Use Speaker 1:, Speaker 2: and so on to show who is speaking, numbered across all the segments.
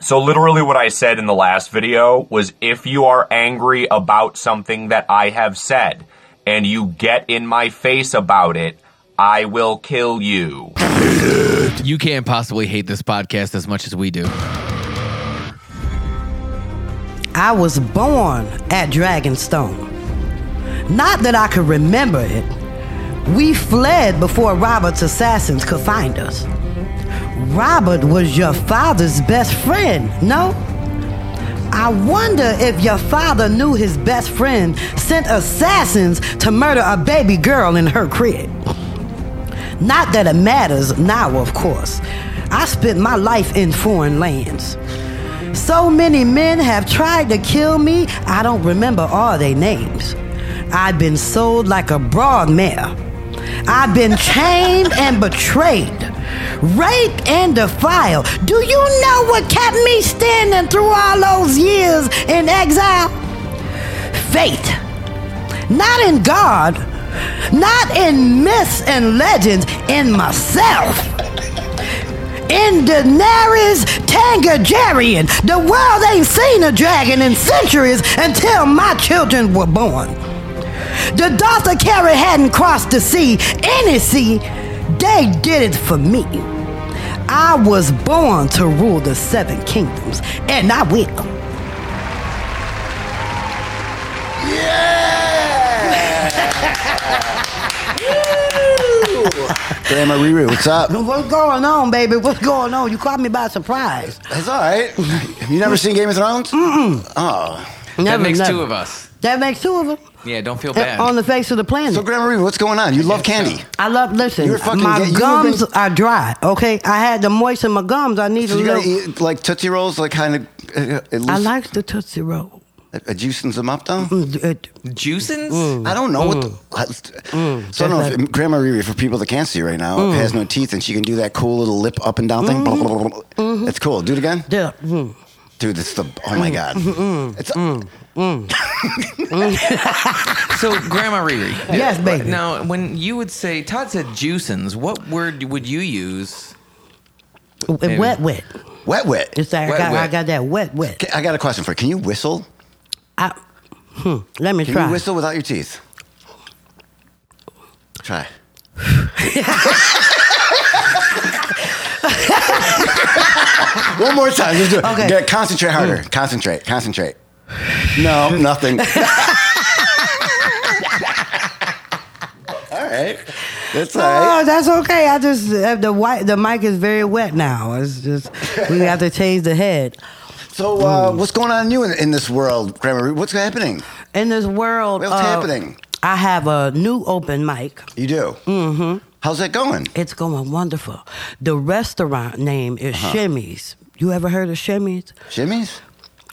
Speaker 1: So literally what I said in the last video was if you are angry about something that I have said and you get in my face about it, I will kill you.
Speaker 2: You can't possibly hate this podcast as much as we do.
Speaker 3: I was born at Dragonstone. Not that I could remember it. We fled before Robert's assassins could find us. Robert was your father's best friend, no? I wonder if your father knew his best friend sent assassins to murder a baby girl in her crib. Not that it matters now, of course. I spent my life in foreign lands. So many men have tried to kill me, I don't remember all their names. I've been sold like a broad mare. I've been chained and betrayed, raped and defiled. Do you know what kept me standing through all those years in exile? Fate not in God, not in myths and legends, in myself. In Daenerys Tangajerian, the world ain't seen a dragon in centuries until my children were born. The Dothraki hadn't crossed the sea, any sea. They did it for me. I was born to rule the seven kingdoms, and I will.
Speaker 4: Grandma Riri, what's up?
Speaker 3: What's going on, baby? What's going on? You caught me by surprise.
Speaker 4: That's all right. You never seen Game of Thrones? Mm-mm. Oh.
Speaker 2: that makes two of us.
Speaker 3: That makes two of them.
Speaker 2: Yeah, don't feel bad.
Speaker 3: Uh, On the face of the planet.
Speaker 4: So, Grandma Riri, what's going on? You love candy.
Speaker 3: I love. Listen,
Speaker 4: You're fucking
Speaker 3: my
Speaker 4: gay. You've
Speaker 3: gums
Speaker 4: been-
Speaker 3: are dry. Okay, I had to moisten my gums. I need
Speaker 4: So
Speaker 3: a
Speaker 4: you
Speaker 3: little.
Speaker 4: gotta eat like Tootsie Rolls, like kind of. Uh, it
Speaker 3: I
Speaker 4: loose-
Speaker 3: like the tootsie roll.
Speaker 4: It, it juicens them up, though?
Speaker 3: Mm, it-
Speaker 2: Juicins?
Speaker 4: I don't know what the, So I don't know if Grandma Riri, for people that can't see right now, has no teeth and she can do that cool little lip up and down thing. It's cool. Do it again.
Speaker 3: yeah, mm.
Speaker 4: Dude, it's the. Oh my God. It's,
Speaker 2: So, Grandma Riri.
Speaker 3: Yes, baby.
Speaker 2: Now, when you would say, Todd said juicins, what word would you use?
Speaker 3: It wet, wet.
Speaker 4: Wet, wet.
Speaker 3: It's like
Speaker 2: Wet,
Speaker 3: I, got, I
Speaker 2: wet.
Speaker 3: got that wet, wet.
Speaker 4: Okay, I got a question for you. Can you whistle?
Speaker 3: I, hmm, let me
Speaker 4: Can
Speaker 3: try.
Speaker 4: you whistle without your teeth? Try. One more time. Just do it.
Speaker 3: Okay. Mm.
Speaker 4: Get- concentrate harder. Concentrate. Concentrate. No, nothing. all right. That's all
Speaker 3: Oh,
Speaker 4: right.
Speaker 3: that's okay. I just uh, the white the mic is very wet now. It's just we have to change the head.
Speaker 4: So, uh, what's going on in you in, in this world, Grandma? Roo? What's happening?
Speaker 3: In this world,
Speaker 4: What's
Speaker 3: uh,
Speaker 4: happening?
Speaker 3: I have a new open mic.
Speaker 4: You do. Mm-hmm. How's that going?
Speaker 3: It's going wonderful. The restaurant name is
Speaker 4: Uh-huh.
Speaker 3: Shimmy's. You ever heard of Shimmy's?
Speaker 4: Jimmy's?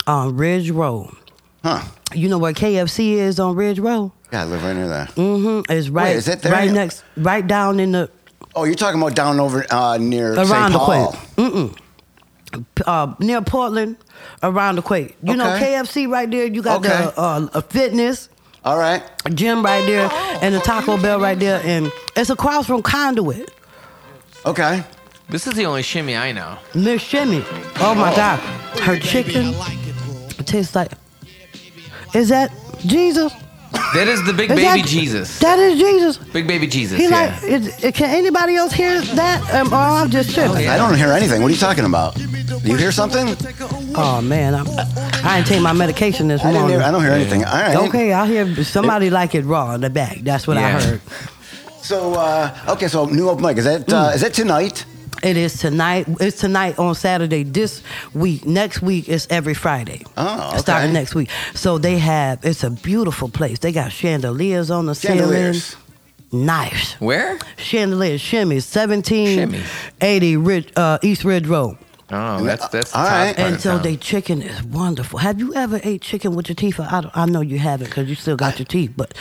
Speaker 3: On Ridge Road.
Speaker 4: Huh.
Speaker 3: You know where KFC is on Ridge Road?
Speaker 4: Yeah, I live right near there.
Speaker 3: Mm-hmm. It's right,
Speaker 4: is it there?
Speaker 3: right next, right down in the
Speaker 4: Oh, you're talking about down over uh, near
Speaker 3: Around
Speaker 4: St.
Speaker 3: the uh,
Speaker 4: Paul.
Speaker 3: near Portland, around the Quake. You know
Speaker 4: Okay.
Speaker 3: KFC right there. You got
Speaker 4: Okay.
Speaker 3: the uh, a fitness
Speaker 4: All right.
Speaker 3: gym right there,
Speaker 4: Oh,
Speaker 3: and the Taco Bell right there, and it's across from Conduit.
Speaker 4: Okay.
Speaker 2: This is the only shimmy I know.
Speaker 3: Miss Shimmy. Oh my God, her chicken tastes like. Is that Jesus?
Speaker 2: That is the big
Speaker 3: Is
Speaker 2: baby
Speaker 3: that-
Speaker 2: Jesus.
Speaker 3: That is Jesus.
Speaker 2: big baby Jesus.
Speaker 3: He
Speaker 2: yeah.
Speaker 3: like, is, is- can anybody else hear that? Um, or I'm just tripping. Oh,
Speaker 4: I don't hear anything. What are you talking about? Do you hear something? I
Speaker 3: Oh, man, I'm, I didn't take my medication this
Speaker 4: didn't
Speaker 3: morning.
Speaker 4: hear. I don't hear anything. All right.
Speaker 3: Okay, I hear somebody like it raw in the back. That's what I
Speaker 2: Yeah.
Speaker 3: heard.
Speaker 4: So uh, okay. So new open mic. Is that
Speaker 3: Hmm.
Speaker 4: uh, is that tonight?
Speaker 3: It is tonight. It's tonight on Saturday this week. Next week it's every Friday.
Speaker 4: Oh, okay.
Speaker 3: Starting next week. So they have it's a beautiful place. They got chandeliers on the ceiling.
Speaker 4: Chandeliers.
Speaker 3: Nice.
Speaker 2: Where?
Speaker 3: Chandeliers, shimmies, seventeen
Speaker 2: Shimmies.
Speaker 3: eighty Ridge, uh, East Ridge Road. Uh,
Speaker 2: Oh, that's that's
Speaker 4: All
Speaker 2: Todd's
Speaker 4: right.
Speaker 2: part of
Speaker 3: And so
Speaker 2: town.
Speaker 3: they chicken is wonderful. Have you ever ate chicken with your teeth? I, don't- I know you haven't because you still got your teeth. But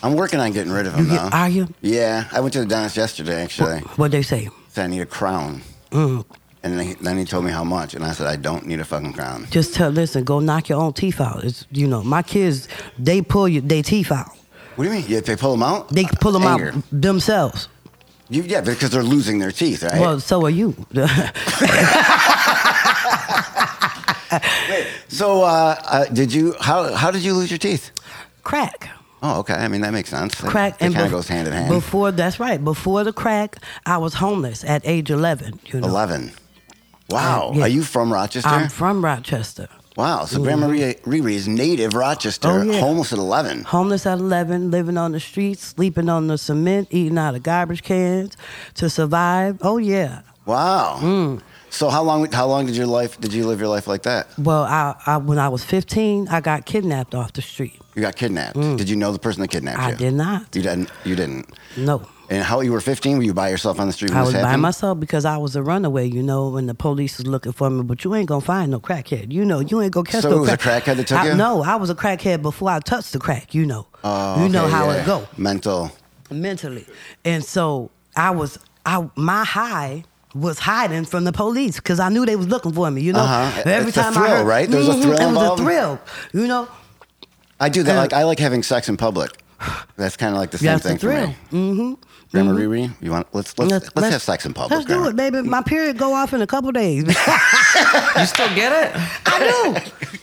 Speaker 4: I'm working on getting rid of them
Speaker 3: You get-
Speaker 4: now.
Speaker 3: are you?
Speaker 4: Yeah. I went to the dentist yesterday. Actually,
Speaker 3: what they say? Mm.
Speaker 4: said I need a crown. And then he, then he told me how much, and I said I don't need a fucking crown.
Speaker 3: just tell listen go knock your own teeth out it's you know my kids they pull your, they teeth out
Speaker 4: What do you mean? Yeah, they pull them out.
Speaker 3: they pull them
Speaker 4: Uh, Anger.
Speaker 3: out themselves
Speaker 4: You, yeah, because they're losing their teeth, right?
Speaker 3: well so are you
Speaker 4: So, uh, uh, did you? How how did you lose your teeth?
Speaker 3: Crack.
Speaker 4: Oh, okay. I mean, that makes sense. That-
Speaker 3: Crack
Speaker 4: that
Speaker 3: and
Speaker 4: kind
Speaker 3: bef-
Speaker 4: of goes hand in hand.
Speaker 3: Before that's right. Before the crack, I was homeless at age eleven. You know,
Speaker 4: Eleven. Wow.
Speaker 3: Uh, yeah.
Speaker 4: Are you from Rochester?
Speaker 3: I'm from Rochester.
Speaker 4: wow. So Grandma Riri Riri is native Rochester,
Speaker 3: Oh, yeah.
Speaker 4: homeless at eleven.
Speaker 3: Homeless at 11, living on the streets, sleeping on the cement, eating out of garbage cans to survive. Oh, yeah.
Speaker 4: Wow.
Speaker 3: Mm.
Speaker 4: So how long? How long did your life? Did you live your life like that?
Speaker 3: Well, I, I when I was 15, I got kidnapped off the street.
Speaker 4: You got kidnapped. Did you know the person that kidnapped
Speaker 3: Mm. I
Speaker 4: you?
Speaker 3: did not.
Speaker 4: You didn't. You didn't.
Speaker 3: No.
Speaker 4: And how you were 15? Were you by yourself on the street when
Speaker 3: I
Speaker 4: this
Speaker 3: was by
Speaker 4: happened?
Speaker 3: myself because I was a runaway, you know, when the police was looking for me. But you ain't gonna find no crackhead, you know. You ain't gonna catch
Speaker 4: So
Speaker 3: no
Speaker 4: it was a
Speaker 3: crack-
Speaker 4: crackhead that took
Speaker 3: I-
Speaker 4: you?
Speaker 3: No, I was a crackhead before I touched the crack, you know.
Speaker 4: Oh,
Speaker 3: you know
Speaker 4: okay,
Speaker 3: how
Speaker 4: yeah.
Speaker 3: it go.
Speaker 4: Mental.
Speaker 3: mentally. And so I was I my high was hiding from the police because I knew they was looking for me. You know,
Speaker 4: Uh-huh. It's a thrill, right? There was a
Speaker 3: Mhm,
Speaker 4: thrill
Speaker 3: It was
Speaker 4: involved?
Speaker 3: a thrill. You know,
Speaker 4: I do that.
Speaker 3: Uh,
Speaker 4: like I like having sex in public. That's kind of like the same
Speaker 3: that's the
Speaker 4: thing for me.
Speaker 3: thrill. Mm-hmm.
Speaker 4: Grandma Riri, you want? Let's let's let's, have sex in public.
Speaker 3: Let's do
Speaker 4: Grandma.
Speaker 3: it, baby. My period go off in a couple days.
Speaker 2: You still get it?
Speaker 3: I do.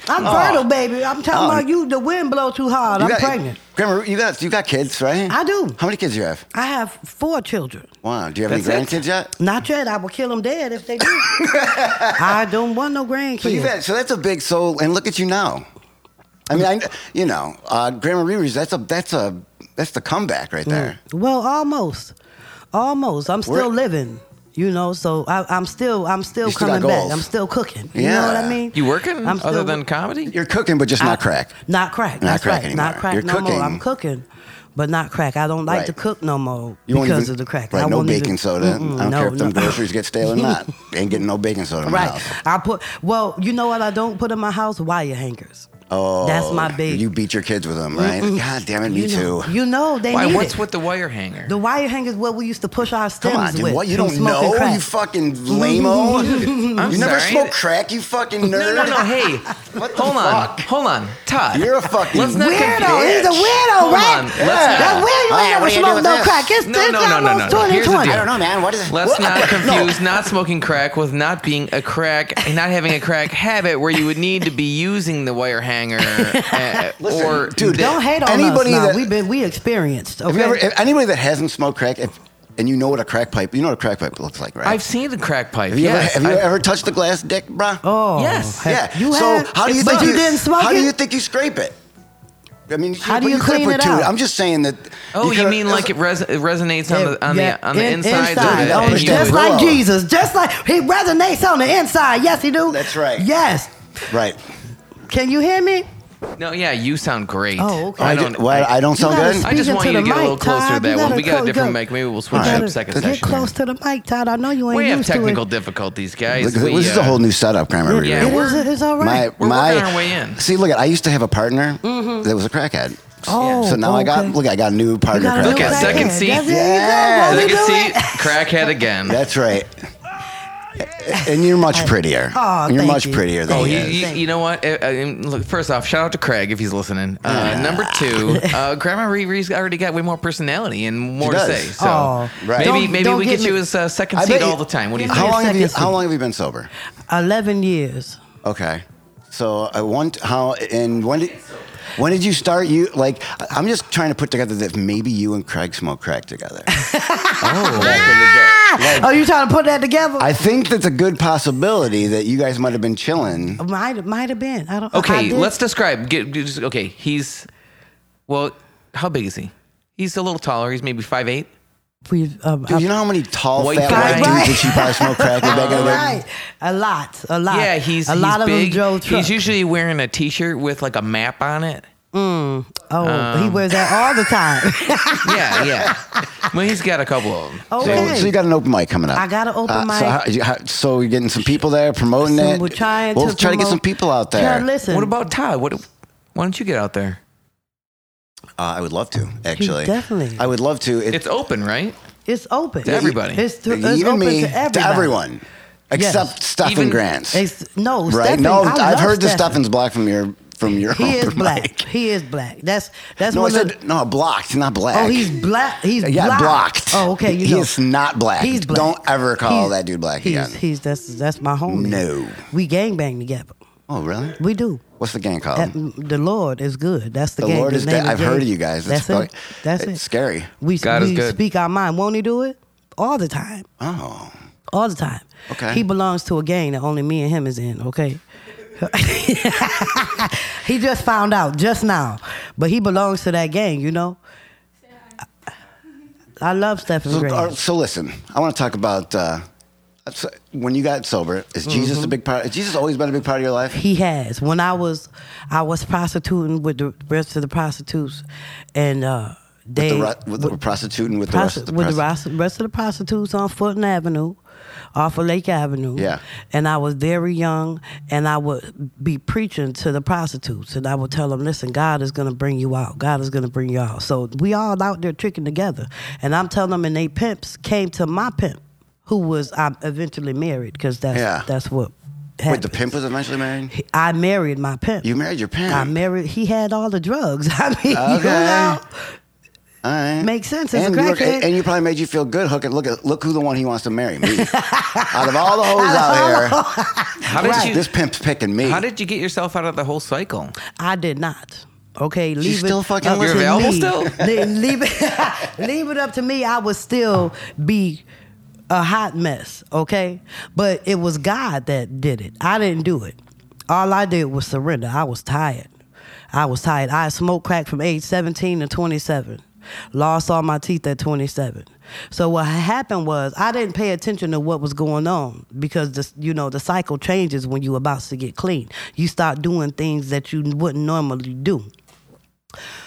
Speaker 3: I'm fertile, baby. I'm talking about you. The wind blow too hard.
Speaker 4: Oh. You
Speaker 3: I'm
Speaker 4: got-
Speaker 3: pregnant.
Speaker 4: Grandma, Ru- you got you got kids, right?
Speaker 3: I do.
Speaker 4: How many kids do you have?
Speaker 3: I have four children.
Speaker 4: Wow. Do you have any
Speaker 2: That's it?
Speaker 4: grandkids yet?
Speaker 3: Not yet. I will kill them dead if they do. I don't want no grandkids.
Speaker 4: So you've had, so that's a big soul, and look at you now. I mean, I you know, uh, Grandma Riri's. That's a that's a that's the comeback right there.
Speaker 3: Well, almost, almost. I'm still
Speaker 4: We're-
Speaker 3: living, you know. So I, I'm still, I'm still
Speaker 4: You still got
Speaker 3: coming back.
Speaker 4: goals.
Speaker 3: I'm still cooking. You know what
Speaker 4: Yeah.
Speaker 3: I mean?
Speaker 2: You working
Speaker 3: I'm
Speaker 2: other
Speaker 3: still-
Speaker 2: than comedy?
Speaker 4: You're cooking, but just not
Speaker 3: I-
Speaker 4: crack.
Speaker 3: Not crack.
Speaker 4: Not
Speaker 3: that's
Speaker 4: crack
Speaker 3: right.
Speaker 4: anymore.
Speaker 3: Not crack
Speaker 4: You're
Speaker 3: no more.
Speaker 4: cooking.
Speaker 3: I'm cooking, but not crack. I don't like
Speaker 4: Right.
Speaker 3: to cook no more
Speaker 4: You won't
Speaker 3: because
Speaker 4: even-
Speaker 3: of the crack.
Speaker 4: Right,
Speaker 3: I
Speaker 4: no
Speaker 3: won't even-
Speaker 4: baking soda.
Speaker 3: Mm-mm,
Speaker 4: I don't
Speaker 3: no,
Speaker 4: care if
Speaker 3: no.
Speaker 4: them groceries get stale or not. ain't getting no baking soda in my
Speaker 3: Right.
Speaker 4: house.
Speaker 3: I put. Well, you know what? I don't put in my house wire hangers.
Speaker 4: Oh,
Speaker 3: That's my big.
Speaker 4: You beat your kids with them, right? God damn it, me
Speaker 3: you know,
Speaker 4: too.
Speaker 3: You know they
Speaker 2: Why?
Speaker 3: need
Speaker 2: What's
Speaker 3: it.
Speaker 2: with the wire hanger?
Speaker 3: the wire hangers? What we used to push our stems
Speaker 4: Come on, dude.
Speaker 3: with.
Speaker 4: What you
Speaker 3: from
Speaker 4: don't
Speaker 3: smoking
Speaker 4: know?
Speaker 3: crack.
Speaker 4: You fucking lame-o. you
Speaker 2: I'm
Speaker 4: never
Speaker 2: sorry.
Speaker 4: smoked crack, you fucking nerd.
Speaker 2: No, no, no. Hey,
Speaker 4: What the
Speaker 2: hold on,
Speaker 4: fuck?
Speaker 2: hold on, Todd.
Speaker 4: You're a fucking
Speaker 2: Let's not
Speaker 4: weirdo.
Speaker 2: confuse-
Speaker 4: He's a
Speaker 3: weirdo,
Speaker 2: Hold
Speaker 3: right?
Speaker 2: on, let's
Speaker 4: Yeah.
Speaker 2: not-
Speaker 4: That's
Speaker 3: That weird you
Speaker 4: All right,
Speaker 3: ain't
Speaker 4: what
Speaker 3: never
Speaker 4: do you do
Speaker 3: smoked
Speaker 4: with
Speaker 3: no
Speaker 4: this?
Speaker 3: crack. It's
Speaker 2: No,
Speaker 3: this
Speaker 2: no, no, no, no,
Speaker 3: almost
Speaker 2: no. Here's the
Speaker 3: 2020.
Speaker 2: deal.
Speaker 4: I don't know, man. What is it?
Speaker 2: Let's
Speaker 4: What?
Speaker 2: not
Speaker 4: No.
Speaker 2: confuse not smoking crack with not being a crack and not having a crack habit where you would need to be using the wire hanger uh,
Speaker 4: Listen,
Speaker 2: or
Speaker 4: dude,
Speaker 3: Don't hate on
Speaker 4: Anybody
Speaker 3: us.
Speaker 4: that-
Speaker 3: now. We've been we experienced.
Speaker 4: Have
Speaker 3: Okay.
Speaker 4: you ever, if anybody that hasn't smoked crack, if, and you know what a crack pipe, you know what a crack pipe looks like, right?
Speaker 2: I've seen the crack pipe.
Speaker 4: have you,
Speaker 2: yes,
Speaker 4: ever, have you
Speaker 2: I-
Speaker 4: ever touched the glass dick, bruh?
Speaker 3: oh
Speaker 2: Yes.
Speaker 3: heck,
Speaker 4: Yeah.
Speaker 3: You
Speaker 4: so
Speaker 3: have,
Speaker 4: how do you
Speaker 3: but
Speaker 4: think
Speaker 3: you didn't smoke
Speaker 4: How
Speaker 3: it?
Speaker 4: do you think you scrape it? I mean,
Speaker 3: How do
Speaker 4: but
Speaker 3: you
Speaker 4: could've
Speaker 3: clean
Speaker 4: put
Speaker 3: it
Speaker 4: two-
Speaker 3: out?
Speaker 4: I'm just saying that.
Speaker 2: Oh, you,
Speaker 4: could've-
Speaker 2: mean like it, res- it resonates on the on
Speaker 3: Yeah,
Speaker 2: the on the
Speaker 3: in- Oh,
Speaker 2: inside,
Speaker 4: inside, Oh,
Speaker 2: of
Speaker 4: on
Speaker 2: it?
Speaker 4: the
Speaker 2: and you
Speaker 4: Yeah,
Speaker 3: just
Speaker 2: would-
Speaker 4: well.
Speaker 3: like Jesus, just like he resonates on the inside. Yes, he do.
Speaker 4: That's right.
Speaker 3: Yes.
Speaker 4: right?
Speaker 3: Can you hear me?
Speaker 2: no, yeah, you sound great.
Speaker 3: Oh, okay.
Speaker 2: I
Speaker 4: I
Speaker 2: don't.
Speaker 4: don't. Well, I don't sound
Speaker 3: gotta
Speaker 4: good.
Speaker 3: speak
Speaker 2: I just
Speaker 3: Speaking
Speaker 2: want
Speaker 3: to
Speaker 2: you to
Speaker 3: the
Speaker 2: get a
Speaker 3: mic,
Speaker 2: little closer to
Speaker 3: Todd.
Speaker 2: that
Speaker 3: You
Speaker 2: one. We
Speaker 3: gotta
Speaker 2: got a
Speaker 3: go-
Speaker 2: different
Speaker 3: go.
Speaker 2: mic. Maybe we'll switch
Speaker 4: All
Speaker 2: up
Speaker 4: right.
Speaker 2: second
Speaker 3: Get
Speaker 2: section.
Speaker 3: close to the mic, Todd. I know you ain't
Speaker 2: We have
Speaker 3: used
Speaker 2: technical
Speaker 3: to
Speaker 2: difficulties,
Speaker 4: Look,
Speaker 2: guys.
Speaker 4: this
Speaker 2: We,
Speaker 4: is a
Speaker 2: uh,
Speaker 4: whole new setup, Grandma. Riri.
Speaker 3: it.
Speaker 2: Yeah,
Speaker 3: it is. It is all
Speaker 4: My,
Speaker 3: right.
Speaker 2: We're
Speaker 4: my,
Speaker 2: working our way in. Mm-hmm.
Speaker 4: See, look, at I used to have a partner that was a crackhead.
Speaker 3: Oh,
Speaker 4: so now I got
Speaker 3: okay.
Speaker 4: look, I got a new
Speaker 3: You
Speaker 4: partner.
Speaker 3: got a
Speaker 2: Look
Speaker 3: new
Speaker 2: at
Speaker 3: crackhead.
Speaker 4: crackhead.
Speaker 2: second seat.
Speaker 3: Yes,
Speaker 4: Yeah.
Speaker 3: there you go.
Speaker 2: Second
Speaker 3: Won't we
Speaker 2: seat,
Speaker 3: do it?
Speaker 2: crackhead again.
Speaker 4: That's right. And you're much prettier.
Speaker 3: Aw,
Speaker 4: you're
Speaker 3: thank
Speaker 4: much
Speaker 3: you.
Speaker 4: prettier than
Speaker 2: Oh,
Speaker 4: he
Speaker 2: you,
Speaker 4: is.
Speaker 2: you, you know what? Uh, uh, look, first off, shout out to Craig if he's listening. Uh, Number two, uh, Grandma Riri's already got way more personality and more to
Speaker 4: does.
Speaker 2: say. So
Speaker 3: Aw.
Speaker 4: Right.
Speaker 2: maybe
Speaker 3: Don't-
Speaker 2: maybe
Speaker 3: don't
Speaker 2: we
Speaker 3: get
Speaker 2: get you
Speaker 3: me-
Speaker 2: as uh, second
Speaker 4: I bet
Speaker 2: seat
Speaker 4: you-
Speaker 2: all the time. What do you
Speaker 4: How
Speaker 2: think?
Speaker 4: long have you?
Speaker 3: Second seat.
Speaker 4: How long have you been sober?
Speaker 3: Eleven years.
Speaker 4: Okay. So I want how and when did when did you start? You like I- I'm just trying to put together that maybe you and Craig smoke crack together. oh,
Speaker 3: Oh, you trying to put that together?
Speaker 4: I think that's a good possibility that you guys might have been chilling.
Speaker 3: might might have been. I don't. I
Speaker 2: Okay,
Speaker 3: did-
Speaker 2: let's describe. Get, get- just, okay, he's well. How big is he? He's a little taller. He's maybe five eight.
Speaker 3: We, um,
Speaker 4: Dude, you know how many tall,
Speaker 2: White
Speaker 4: fat
Speaker 2: guy.
Speaker 4: white dudes
Speaker 3: Right.
Speaker 4: that she probably smoked crack with back in the day?
Speaker 3: right. A lot, a lot.
Speaker 2: Yeah, he's
Speaker 3: Ah, a
Speaker 2: he's
Speaker 3: lot of
Speaker 2: big.
Speaker 3: them drove trucks.
Speaker 2: He's usually wearing a T-shirt with like a map on it.
Speaker 3: oh, he
Speaker 4: um,
Speaker 3: wears that all the time.
Speaker 2: Yeah, yeah. well, he's got a couple of them.
Speaker 3: okay,
Speaker 4: So, so you got an open mic coming up. Uh,
Speaker 3: I got an open
Speaker 4: So,
Speaker 3: mic.
Speaker 4: how, you, how, so you're getting some people there promoting
Speaker 3: So
Speaker 4: it.
Speaker 3: we're trying
Speaker 4: we'll
Speaker 3: to
Speaker 4: try to get
Speaker 3: promote-
Speaker 4: some people out there.
Speaker 3: Chad, listen,
Speaker 2: What about Todd? What? Why don't you get out there?
Speaker 4: Uh, I would love to actually.
Speaker 3: definitely.
Speaker 4: I would love to. It-
Speaker 2: It's open, right?
Speaker 3: It's open
Speaker 2: To everybody.
Speaker 3: It's, to, it's
Speaker 4: even
Speaker 3: open
Speaker 4: me
Speaker 3: to everybody.
Speaker 4: everyone except Stefan
Speaker 2: Even-
Speaker 4: Grants.
Speaker 3: It's, no,
Speaker 4: right?
Speaker 3: Stephen,
Speaker 4: no,
Speaker 3: I
Speaker 4: have
Speaker 3: love
Speaker 4: heard the
Speaker 3: Stephen.
Speaker 4: Stefan's black from your from your.
Speaker 3: He is
Speaker 4: open
Speaker 3: black.
Speaker 4: mic.
Speaker 3: He is black. That's that's
Speaker 4: No, I
Speaker 3: one of
Speaker 4: said
Speaker 3: the-
Speaker 4: no. Blocked, not black.
Speaker 3: Oh, he's black. He's
Speaker 4: yeah,
Speaker 3: black.
Speaker 4: blocked.
Speaker 3: Oh, okay. You
Speaker 4: he
Speaker 3: know.
Speaker 4: is not black.
Speaker 3: He's black.
Speaker 4: Don't ever call
Speaker 3: He's-
Speaker 4: that dude black
Speaker 3: he's,
Speaker 4: again.
Speaker 3: He's that's that's my homie.
Speaker 4: No.
Speaker 3: we gang bang together.
Speaker 4: Oh, really?
Speaker 3: We do.
Speaker 4: What's the gang called?
Speaker 3: That- the Lord is good. That's the,
Speaker 4: Oh. The
Speaker 3: gang.
Speaker 4: Lord is
Speaker 3: name
Speaker 4: good. I've
Speaker 3: gang.
Speaker 4: heard of you guys. It's
Speaker 3: That's it.
Speaker 4: fuck-
Speaker 3: That's it.
Speaker 4: it's scary.
Speaker 3: We,
Speaker 2: God is
Speaker 3: we
Speaker 2: good.
Speaker 3: speak our mind. Won't He do it? All the time.
Speaker 4: oh,
Speaker 3: All the time.
Speaker 4: Okay.
Speaker 3: He belongs to a gang that only me and him is in. Okay. he just found out just now, but he belongs to that gang. You know. I I love Stephen
Speaker 4: so,
Speaker 3: Gray.
Speaker 4: uh, so listen, I want to talk about uh, so- when you got sober. Is Jesus
Speaker 3: Mm-hmm.
Speaker 4: a big part? Has Jesus always been a big part of your life?
Speaker 3: He has. When I was, I was prostituting with the rest of the prostitutes, and uh, they
Speaker 4: The ru- with the prostituting with the rest of
Speaker 3: prosti-
Speaker 4: the
Speaker 3: with the
Speaker 4: prosti-
Speaker 3: ros- rest of the prostitutes on Fulton Avenue, off of Lake Avenue.
Speaker 4: Yeah.
Speaker 3: And I was very young, and I would be preaching to the prostitutes, and I would tell them, "Listen, God is going to bring you out. God is going to bring you out." So we all out there tricking together, and I'm telling them, and they pimps came to my pimp, who was I eventually married because that's
Speaker 4: Yeah.
Speaker 3: that's what.
Speaker 4: Wait,
Speaker 3: happened.
Speaker 4: the pimp was eventually married.
Speaker 3: I married my pimp.
Speaker 4: You married your pimp.
Speaker 3: I married. He had all the drugs. I mean,
Speaker 4: Okay.
Speaker 3: you know,
Speaker 4: All right.
Speaker 3: Makes sense. It's
Speaker 4: And
Speaker 3: a
Speaker 4: you, were-
Speaker 3: crackhead.
Speaker 4: and, and you probably made you feel good. Hook it. Look at look who the one he wants to marry. Me. out of all the hoes out here,
Speaker 2: How did you?
Speaker 4: this pimp's picking me.
Speaker 2: how did you get yourself out of the whole cycle?
Speaker 3: I did not. Okay, leave it
Speaker 4: still fucking
Speaker 3: up
Speaker 2: You're
Speaker 3: to
Speaker 2: available
Speaker 3: me.
Speaker 2: still?
Speaker 3: Le- leave it, leave it up to me. I would still be a hot mess. Okay, but it was God that did it. I didn't do it. All I did was surrender. I was tired. I was tired. I smoked crack from age 17 to 27. Lost all my teeth at 27. So what happened was I didn't pay attention to what was going on because this, you know the cycle changes when you about to get clean. You start doing things that you wouldn't normally do.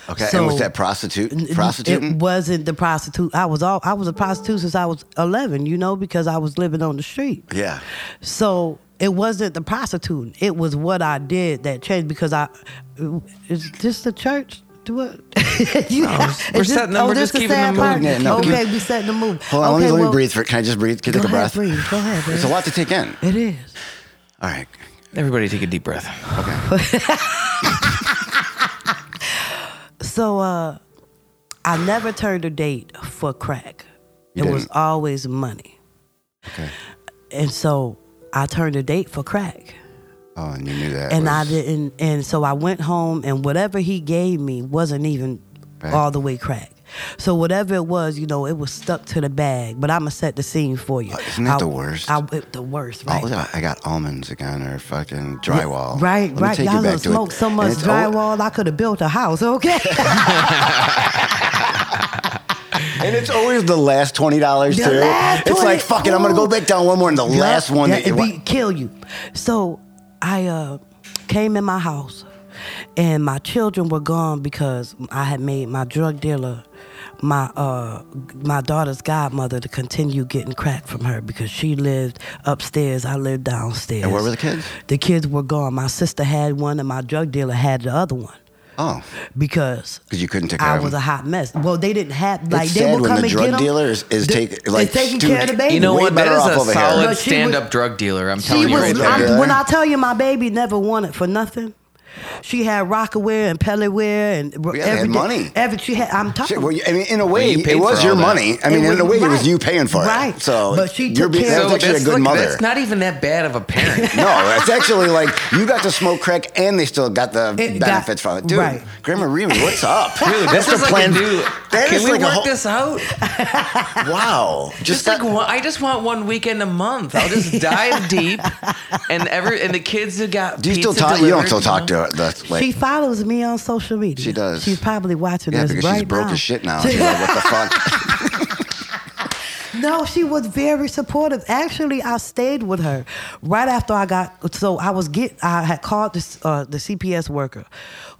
Speaker 4: okay,
Speaker 3: so-
Speaker 4: and was that prostitute?
Speaker 3: It
Speaker 4: Prostituting?
Speaker 3: wasn't the prostitute. I was all I was a prostitute since I was 11. You know because I was living on the street.
Speaker 4: yeah.
Speaker 3: So it wasn't the prostituting. It was what I did that changed because I. Is this the church? Do what? you,
Speaker 2: we're
Speaker 3: is this-
Speaker 2: setting the-
Speaker 3: oh,
Speaker 2: we're
Speaker 3: this
Speaker 2: just
Speaker 3: the
Speaker 2: keeping
Speaker 3: sad
Speaker 2: the
Speaker 3: part?
Speaker 2: mood.
Speaker 4: Yeah, no,
Speaker 3: okay,
Speaker 4: keep-
Speaker 3: we setting the move.
Speaker 4: Hold on.
Speaker 3: okay,
Speaker 4: let me, let me
Speaker 3: well,
Speaker 4: breathe for. Can I just breathe? Can I
Speaker 3: Go
Speaker 4: take a
Speaker 3: ahead,
Speaker 4: breath?
Speaker 3: breathe. Go ahead.
Speaker 4: It's a
Speaker 3: babe.
Speaker 4: lot to take in.
Speaker 3: It is.
Speaker 4: All right.
Speaker 2: Everybody, take a deep breath.
Speaker 3: So uh, I never turned a date for crack.
Speaker 4: You
Speaker 3: it was
Speaker 4: didn't?
Speaker 3: always money,
Speaker 4: Okay.
Speaker 3: and so I turned a date for crack.
Speaker 4: Oh, and you knew that.
Speaker 3: and
Speaker 4: was-
Speaker 3: I didn't. And so I went home, and whatever he gave me wasn't even
Speaker 4: Right.
Speaker 3: all the way crack. So whatever it was, you know, it was stuck to the bag. But I'm gonna set the scene for you.
Speaker 4: Uh, isn't that
Speaker 3: I-
Speaker 4: the worst?
Speaker 3: I, it- the worst, right?
Speaker 4: Oh, look, I got almonds again or fucking drywall.
Speaker 3: Right,
Speaker 4: Let me
Speaker 3: right.
Speaker 4: take you
Speaker 3: Y'all
Speaker 4: back
Speaker 3: done
Speaker 4: to it.
Speaker 3: smoked so
Speaker 4: And
Speaker 3: much
Speaker 4: it's al-
Speaker 3: drywall, I could have built a house. Okay.
Speaker 4: And it's always the last twenty dollars
Speaker 3: The
Speaker 4: too.
Speaker 3: last
Speaker 4: It's
Speaker 3: 20
Speaker 4: like fuck it, I'm gonna go back down one more and the
Speaker 3: Yeah,
Speaker 4: last one
Speaker 3: yeah,
Speaker 4: that you
Speaker 3: it be,
Speaker 4: want.
Speaker 3: kill you. So I uh, came in my house, and my children were gone because I had made my drug dealer, my uh, my daughter's godmother, to continue getting crack from her because she lived upstairs, I lived downstairs.
Speaker 4: And where were the kids?
Speaker 3: The kids were gone. My sister had one, and my drug dealer had the other one
Speaker 4: Oh,
Speaker 3: because
Speaker 4: because you couldn't take care
Speaker 3: I
Speaker 4: of
Speaker 3: was a
Speaker 4: them.
Speaker 3: hot mess. Well, they didn't have like
Speaker 4: it's
Speaker 3: they
Speaker 4: sad
Speaker 3: would
Speaker 4: when
Speaker 3: come
Speaker 4: the
Speaker 3: and
Speaker 4: drug
Speaker 3: get 'em.
Speaker 4: dealer is, is
Speaker 3: The-
Speaker 4: take, like
Speaker 3: they're taking
Speaker 4: dude,
Speaker 3: care of the baby.
Speaker 2: You know
Speaker 4: way
Speaker 2: what? That
Speaker 4: better
Speaker 2: is
Speaker 4: off
Speaker 2: a
Speaker 4: over
Speaker 2: solid
Speaker 4: here.
Speaker 3: But she was-
Speaker 2: stand-up drug dealer. I'm
Speaker 3: She
Speaker 2: telling you
Speaker 3: was.
Speaker 2: right
Speaker 4: was-
Speaker 2: there.
Speaker 3: I, when I tell you, my baby never wanted for nothing. She had Rockaware and Pelletware and
Speaker 4: Yeah, they had
Speaker 3: everything-
Speaker 4: money.
Speaker 3: Every she had, I'm
Speaker 4: Shit,
Speaker 3: talking.
Speaker 4: well, you- I mean, in a way,
Speaker 2: you paid
Speaker 4: it was
Speaker 2: for
Speaker 4: your
Speaker 2: all that.
Speaker 4: money. I mean,
Speaker 3: It
Speaker 4: in a
Speaker 3: was-
Speaker 4: way, it was
Speaker 3: right.
Speaker 4: you paying for it.
Speaker 3: Right.
Speaker 4: So,
Speaker 3: But she
Speaker 4: you're
Speaker 3: took
Speaker 4: being-
Speaker 3: care
Speaker 4: that
Speaker 3: of-
Speaker 4: was actually a
Speaker 2: that's
Speaker 4: good
Speaker 2: like-
Speaker 4: mother.
Speaker 2: That's not even that bad of a parent.
Speaker 4: no, it's actually like you got to smoke crack and they still got the
Speaker 3: It got-
Speaker 4: benefits from it, dude.
Speaker 3: right.
Speaker 4: Grandma Remy, what's up? Dude,
Speaker 2: This is like a new.
Speaker 4: That
Speaker 2: Can
Speaker 4: is
Speaker 2: we
Speaker 4: like a
Speaker 2: work
Speaker 4: whole-
Speaker 2: this out?
Speaker 4: Wow,
Speaker 2: Just like one, I just want one weekend a month. I'll just dive deep, and every and the kids have got.
Speaker 4: Do you still
Speaker 2: pizza
Speaker 4: talk? You don't
Speaker 2: delivered,
Speaker 4: still
Speaker 2: you
Speaker 4: talk
Speaker 2: know?
Speaker 4: to her. That's
Speaker 3: she
Speaker 4: like,
Speaker 3: follows me on social media.
Speaker 4: She does.
Speaker 3: She's probably watching
Speaker 4: yeah,
Speaker 3: this
Speaker 4: because
Speaker 3: right
Speaker 4: she's broke
Speaker 3: now.
Speaker 4: as shit now. She's like, what the fuck?
Speaker 3: No, she was very supportive. Actually, I stayed with her right after I got. So I was get. I had called this uh, the CPS worker,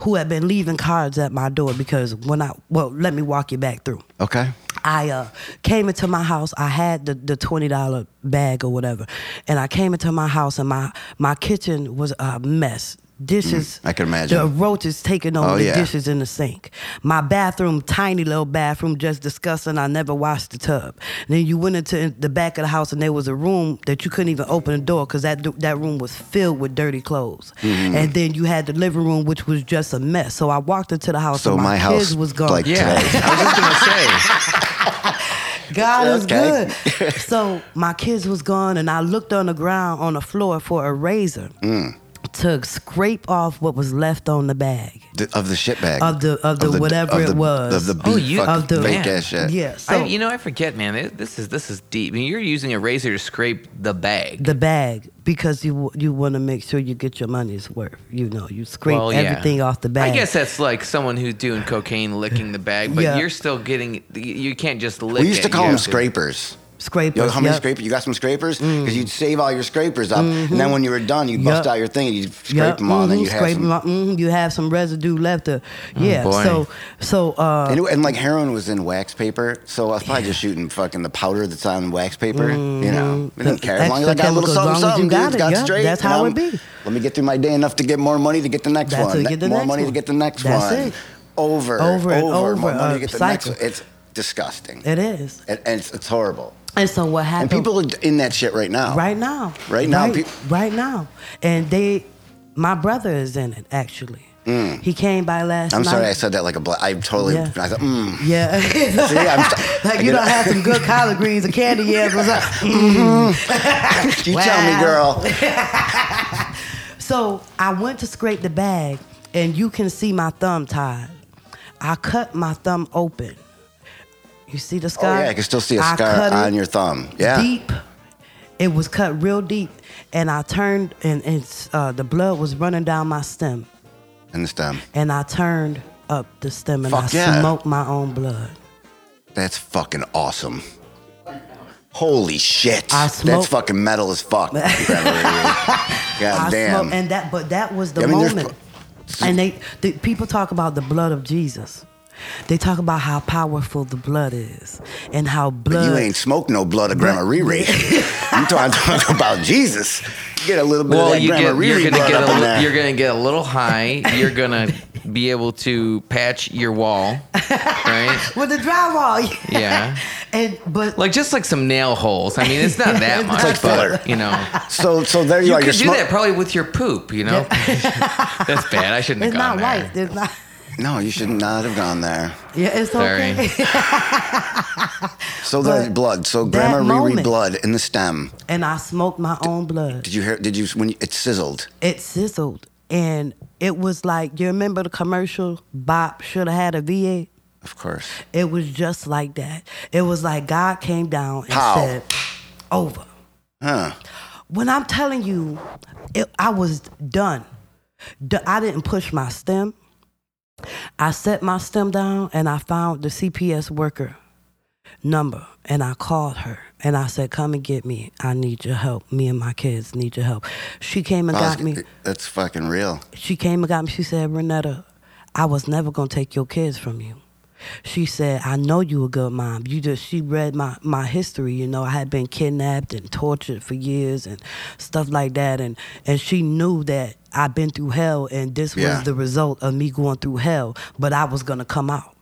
Speaker 3: who had been leaving cards at my door because when I well, let me walk you back through.
Speaker 4: Okay.
Speaker 3: I uh, came into my house. I had the, the twenty dollar bag or whatever, and I came into my house and my my kitchen was a mess. Dishes.
Speaker 4: Mm, I can imagine.
Speaker 3: The roaches taking over
Speaker 4: Oh,
Speaker 3: the
Speaker 4: yeah.
Speaker 3: dishes in the sink. My bathroom, tiny little bathroom, just disgusting. I never washed the tub. then you went into the back of the house and there was a room that you couldn't even open the door because that that room was filled with dirty clothes.
Speaker 4: Mm-hmm.
Speaker 3: And then you had the living room, which was just a mess. So I walked into the house.
Speaker 4: So
Speaker 3: and my,
Speaker 4: my house,
Speaker 3: kids was gone.
Speaker 4: like,
Speaker 2: Yeah, I was just gonna say.
Speaker 3: God is
Speaker 4: Okay.
Speaker 3: good.
Speaker 4: Mm.
Speaker 3: so my kids was gone, and I looked on the ground on the floor for a razor to scrape off what was left on the bag.
Speaker 4: The- of the shit bag.
Speaker 3: Of the- of the whatever it was.
Speaker 4: Of the
Speaker 3: Oh,
Speaker 4: beef
Speaker 2: you-
Speaker 4: fucking
Speaker 3: of the-
Speaker 4: fake
Speaker 2: man.
Speaker 4: ass shit.
Speaker 3: Yeah, so
Speaker 2: I, you know, I forget, man. It- this is this is deep. I mean, you're using a razor to scrape the bag.
Speaker 3: the bag because you you want to make sure you get your money's worth. You know, you scrape
Speaker 2: Well, yeah.
Speaker 3: everything off the bag.
Speaker 2: I guess that's like someone who's doing cocaine licking the bag, but
Speaker 3: Yeah.
Speaker 2: you're still getting. You can't just lick.
Speaker 4: We used to
Speaker 2: it,
Speaker 4: call
Speaker 2: you
Speaker 4: them
Speaker 2: have to-
Speaker 4: scrapers.
Speaker 3: scrapers.
Speaker 4: You know how many
Speaker 3: yep. Mm.
Speaker 4: scrapers? You got some scrapers? Because you'd save all your scrapers up. And
Speaker 3: Mm-hmm.
Speaker 4: then when you were done, you'd bust
Speaker 3: Yep.
Speaker 4: out your thing and you'd scrape
Speaker 3: Yep,
Speaker 4: them all. And then
Speaker 3: mhm,
Speaker 4: you'd have
Speaker 3: scrape 'em
Speaker 4: some. Oh,
Speaker 3: out, mhm, you have some residue left. To, yeah.
Speaker 2: boy.
Speaker 3: so so uh,
Speaker 4: And, it- and like heroin was in wax paper, so I was probably just shooting fucking the powder that's on wax paper.
Speaker 3: Mm,
Speaker 4: You know, I didn't
Speaker 3: The
Speaker 4: care as long as
Speaker 3: extra
Speaker 4: I got a
Speaker 3: chemicals,
Speaker 4: little something,
Speaker 3: as long as
Speaker 4: something,
Speaker 3: you got
Speaker 4: dude,
Speaker 3: it,
Speaker 4: got
Speaker 3: yeah,
Speaker 4: straight.
Speaker 3: that's
Speaker 4: and
Speaker 3: how it
Speaker 4: I'm-
Speaker 3: be.
Speaker 4: Let me get through my day enough to get more money to get the next
Speaker 3: That's how
Speaker 4: one.
Speaker 3: you
Speaker 4: Ne-
Speaker 3: get the
Speaker 4: more
Speaker 3: next
Speaker 4: money
Speaker 3: one.
Speaker 4: to get the next
Speaker 3: That's
Speaker 4: one.
Speaker 3: it.
Speaker 4: Over,
Speaker 3: Over and over,
Speaker 4: more money
Speaker 3: uh,
Speaker 4: to get the
Speaker 3: cycle.
Speaker 4: next. one. It's disgusting,
Speaker 3: it is.
Speaker 4: and, and it's, it's horrible.
Speaker 3: And so what
Speaker 4: And
Speaker 3: happened?
Speaker 4: people are in that shit right now.
Speaker 3: right now,
Speaker 4: Right now,
Speaker 3: right,
Speaker 4: peop-
Speaker 3: right now, and they, my brother is in it actually. He came by last
Speaker 4: Mm. I'm
Speaker 3: night.
Speaker 4: sorry, I said that like a black. I totally.
Speaker 3: Yeah.
Speaker 4: I thought, mm.
Speaker 3: Yeah.
Speaker 4: I'm st-
Speaker 3: like
Speaker 4: I
Speaker 3: you
Speaker 4: get
Speaker 3: don't
Speaker 4: it.
Speaker 3: have some good collard greens and candy yams or something.
Speaker 4: You
Speaker 3: Mm-hmm. Wow.
Speaker 4: tell me, girl.
Speaker 3: So I went to scrape the bag, and you can see my thumb tied. I cut my thumb open. You see the
Speaker 4: Oh
Speaker 3: scar?
Speaker 4: yeah, I can still see a
Speaker 3: I
Speaker 4: scar
Speaker 3: cut it
Speaker 4: on your thumb. Yeah.
Speaker 3: Deep. It was cut real deep, and I turned, and, and uh, the blood was running down my stem,
Speaker 4: In the stem.
Speaker 3: and I turned up the stem, and
Speaker 4: Fuck
Speaker 3: I
Speaker 4: yeah.
Speaker 3: smoked my own blood.
Speaker 4: That's fucking awesome. Holy shit.
Speaker 3: I
Speaker 4: That's
Speaker 3: smoke-
Speaker 4: fucking metal as fuck. God
Speaker 3: I
Speaker 4: damn.
Speaker 3: smoked, and that, but that was the
Speaker 4: I mean, there's
Speaker 3: moment. And they, the people talk about the blood of Jesus. They talk about how powerful the blood is, and how
Speaker 4: But
Speaker 3: blood.
Speaker 4: you ain't smoked no blood of Grandma Riri. you talking, talking about Jesus. You get a little bit
Speaker 2: Well,
Speaker 4: of that
Speaker 2: you
Speaker 4: Grandma
Speaker 2: get,
Speaker 4: Riri
Speaker 2: you're gonna
Speaker 4: blood
Speaker 2: get
Speaker 4: up in
Speaker 2: a,
Speaker 4: there.
Speaker 2: li- you're gonna get a little high. You're gonna be able to patch your wall, right?
Speaker 3: with the drywall.
Speaker 2: Yeah.
Speaker 3: and but
Speaker 2: Like just like some nail holes. I mean, it's not that much,
Speaker 4: like filler.
Speaker 2: but you know,
Speaker 4: so, so there you,
Speaker 2: you
Speaker 4: are.
Speaker 2: could
Speaker 4: You're
Speaker 2: do
Speaker 4: smo-
Speaker 2: that probably with your poop. You know, that's bad. I shouldn't have
Speaker 3: it's
Speaker 2: gone
Speaker 3: not
Speaker 2: there.
Speaker 3: right. It's not.
Speaker 4: No, you should not have gone there.
Speaker 3: Yeah, it's
Speaker 2: Sorry.
Speaker 3: okay.
Speaker 4: So the
Speaker 3: But
Speaker 4: blood. So
Speaker 3: that
Speaker 4: Grandma Riri
Speaker 3: moment-
Speaker 4: blood in the stem.
Speaker 3: and I smoked my own blood.
Speaker 4: Did you hear? Did you when you, it sizzled?
Speaker 3: It sizzled, and it was like you remember the commercial? Bob should have had a V8.
Speaker 4: Of course.
Speaker 3: It was just like that. It was like God came down and
Speaker 4: Pow.
Speaker 3: said, "Over."
Speaker 4: Huh.
Speaker 3: When I'm telling you, it, I was done. D- I didn't push my stem. I set my stem down and I found the CPS worker number and I called her and I said, Come and get me. I need your help. Me and my kids need your help. She came and
Speaker 4: I was-
Speaker 3: got me.
Speaker 4: That's fucking real.
Speaker 3: She came and got me. She said, Renetta, I was never going to take your kids from you. She said, I know you a good mom. You just, she read my, my history. You know, I had been kidnapped and tortured for years and stuff like that. And, and she knew that I'd been through hell and this
Speaker 4: Yeah.
Speaker 3: was the result of me going through hell, but I was going to come out.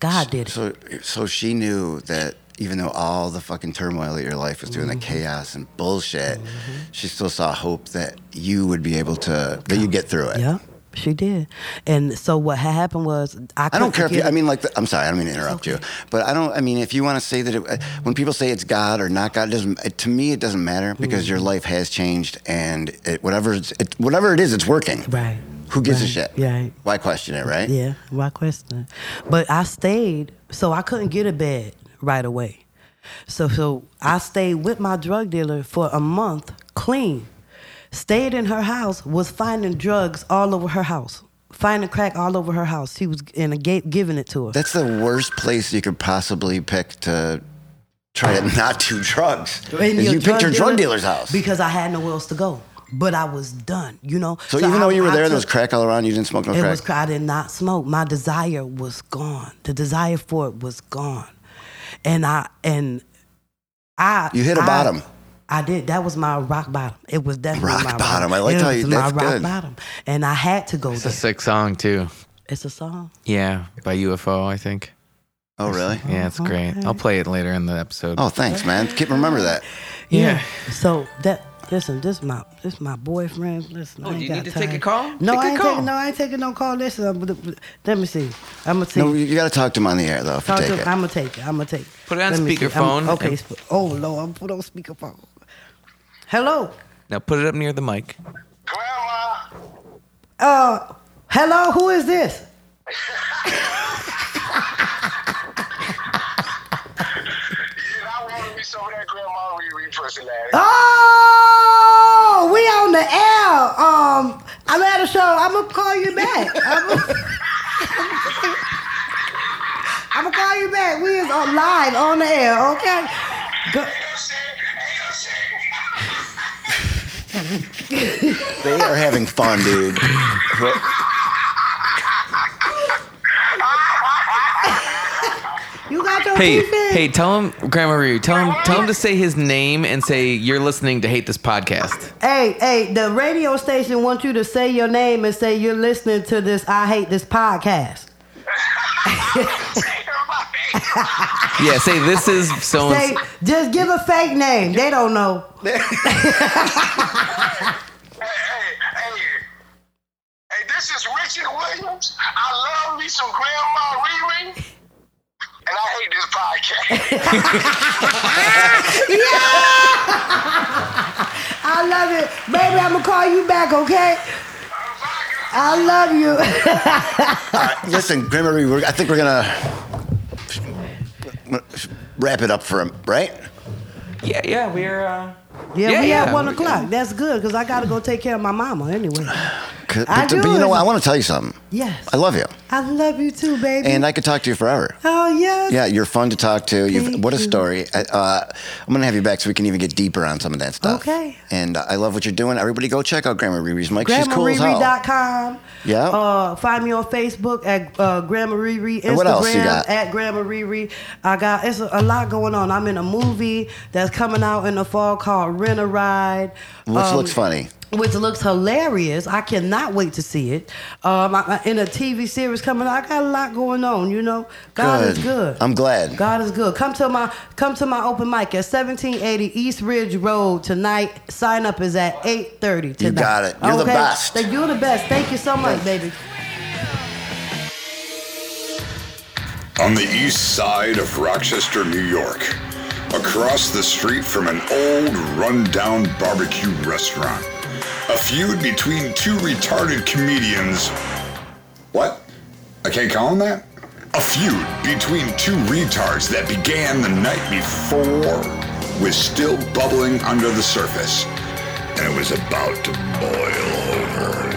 Speaker 3: God did it.
Speaker 4: So, so she knew that even though all the fucking turmoil that your life was
Speaker 3: Mm-hmm.
Speaker 4: doing, the chaos and bullshit, she still saw hope that you would be able to that you get through it.
Speaker 3: Yeah, she did. And so what ha- happened was, I,
Speaker 4: I
Speaker 3: couldn't
Speaker 4: don't care if you,
Speaker 3: get-
Speaker 4: I mean, like, the, I'm sorry, I don't mean to interrupt you, but I don't, I mean, if you want to say that, it, uh, when people say it's God or not God, it doesn't, it, to me, it doesn't matter because your
Speaker 3: Mm-hmm.
Speaker 4: life has changed and it, whatever, it's, it, whatever it is, it's working.
Speaker 3: Right.
Speaker 4: Who gives a
Speaker 3: Right.
Speaker 4: shit?
Speaker 3: Right.
Speaker 4: Why question it, right?
Speaker 3: Yeah, why question? But I stayed, so I couldn't get a bed right away. So so I stayed with my drug dealer for a month clean. Stayed in her house, was finding drugs all over her house. Finding crack all over her house. She was in a gate giving it to her.
Speaker 4: That's the worst place you could possibly pick to try to not do drugs.
Speaker 3: In
Speaker 4: is
Speaker 3: your
Speaker 4: you picked your
Speaker 3: dealer-
Speaker 4: drug dealer's house.
Speaker 3: Because I had nowhere else to go. But I was done, you know.
Speaker 4: so, even
Speaker 3: I-
Speaker 4: though you were
Speaker 3: I
Speaker 4: there, there was
Speaker 3: took-
Speaker 4: crack all around. You didn't smoke no
Speaker 3: It
Speaker 4: crack.
Speaker 3: was. I did not smoke. My desire was gone. The desire for it was gone, and I and I.
Speaker 4: You hit a
Speaker 3: I-
Speaker 4: bottom.
Speaker 3: I did. That was my rock bottom. It was definitely
Speaker 4: Rock
Speaker 3: my
Speaker 4: bottom. I
Speaker 3: Rock.
Speaker 4: like
Speaker 3: it
Speaker 4: how
Speaker 3: was
Speaker 4: you-
Speaker 3: my
Speaker 4: that's
Speaker 3: rock
Speaker 4: good.
Speaker 3: bottom, and I had to go
Speaker 2: It's a
Speaker 3: there.
Speaker 2: sick song too.
Speaker 3: It's a song.
Speaker 2: Yeah, by UFO, I think.
Speaker 4: oh, really?
Speaker 2: Yeah, it's great. I'll play it later in the episode.
Speaker 4: Oh, thanks, man. Can't remember that.
Speaker 2: Yeah.
Speaker 3: So that listen, this my this my boyfriend. Listen, I
Speaker 2: Oh,
Speaker 3: ain't
Speaker 2: you
Speaker 3: got
Speaker 2: need to take
Speaker 3: time.
Speaker 2: a call?
Speaker 3: No,
Speaker 2: Take
Speaker 3: I
Speaker 2: a
Speaker 3: ain't
Speaker 2: call.
Speaker 3: taking. No, I ain't taking no call. Listen, I'm- let me see. I'm gonna see.
Speaker 4: No, you got to talk to him on the air, though, if you
Speaker 3: Talk
Speaker 4: take
Speaker 3: to-
Speaker 4: it.
Speaker 3: I'm gonna take it. I'm gonna take it.
Speaker 2: Put it on
Speaker 3: Let me see. I'm-
Speaker 2: speakerphone
Speaker 3: Okay.
Speaker 2: and-
Speaker 3: sp- oh Lord, I'm put on speakerphone. Hello.
Speaker 2: Now put it up near the mic.
Speaker 5: Grandma
Speaker 3: Uh, hello, who is this?
Speaker 5: Yeah, I wanted me some of that grandma Riri pussy last.
Speaker 3: Oh, we on the air. Um, I'm at a show. I'm gonna call you back. I'm gonna, I'm gonna call you back. We is on live on the air. Okay. Go-
Speaker 4: They are having fun, dude.
Speaker 3: you got your
Speaker 2: Hey,
Speaker 3: piece in?
Speaker 2: hey, tell him, Grandma Ryu, tell him, tell him to say his name and say you're listening to hate this podcast.
Speaker 3: Hey, hey, the radio station wants you to say your name and say you're listening to this I Hate This podcast.
Speaker 2: Yeah, say this is so.
Speaker 3: Say, just give a fake name. They don't know.
Speaker 5: Hey, hey, hey. Hey, this is Richard Williams. I love me some grandma Riri. And I hate this podcast.
Speaker 3: I love it. Baby, I'm gonna call you back, okay? I love you.
Speaker 4: Listen, Grimmery, we're, I think we're gonna wrap it up for him, right?
Speaker 2: Yeah, yeah, we're. Uh...
Speaker 3: Yeah,
Speaker 2: Yeah,
Speaker 3: we
Speaker 2: yeah.
Speaker 3: at one o'clock. That's good, because I gotta go take care of my mama anyway.
Speaker 4: 'Cause-
Speaker 3: I
Speaker 4: But, but
Speaker 3: do.
Speaker 4: you know what? I want to tell you something.
Speaker 3: Yes.
Speaker 4: I love you,
Speaker 3: I love you too, baby.
Speaker 4: and I could talk to you forever.
Speaker 3: oh, yes.
Speaker 4: Yeah, you're fun to talk to. You've,
Speaker 3: Thank
Speaker 4: what a
Speaker 3: you.
Speaker 4: story. I, uh, I'm going to have you back so we can even get deeper on some of that stuff.
Speaker 3: Okay.
Speaker 4: And uh, I love what you're doing. Everybody go check out Grandma Riri's mic. She's cool as hell.
Speaker 3: GrandmaRiri.com.
Speaker 4: Yeah.
Speaker 3: Uh, find me on Facebook at uh, Grandma Riri. Instagram
Speaker 4: And what else you got?
Speaker 3: at Grandma Riri. I got it's a, a lot going on. I'm in a movie that's coming out in the fall called Rent a Ride.
Speaker 4: Which
Speaker 3: Um,
Speaker 4: looks funny.
Speaker 3: Which looks hilarious. I cannot wait to see it. Um, I, I- in a TV series coming out, I got a lot going on. You know, God Oh, is good.
Speaker 4: I'm glad.
Speaker 3: God is good. Come to my come to my open mic at 1780 East Ridge Road tonight. Sign up is at 830 tonight.
Speaker 4: got it. You're the best.
Speaker 3: Th- You're the best. Thank you so much, baby.
Speaker 6: On the east side of Rochester, New York, across the street from an old, rundown barbecue restaurant, a feud between two retarded comedians. What? I can't call them that? A feud between two retards that began the night before was still bubbling under the surface and was about to boil over.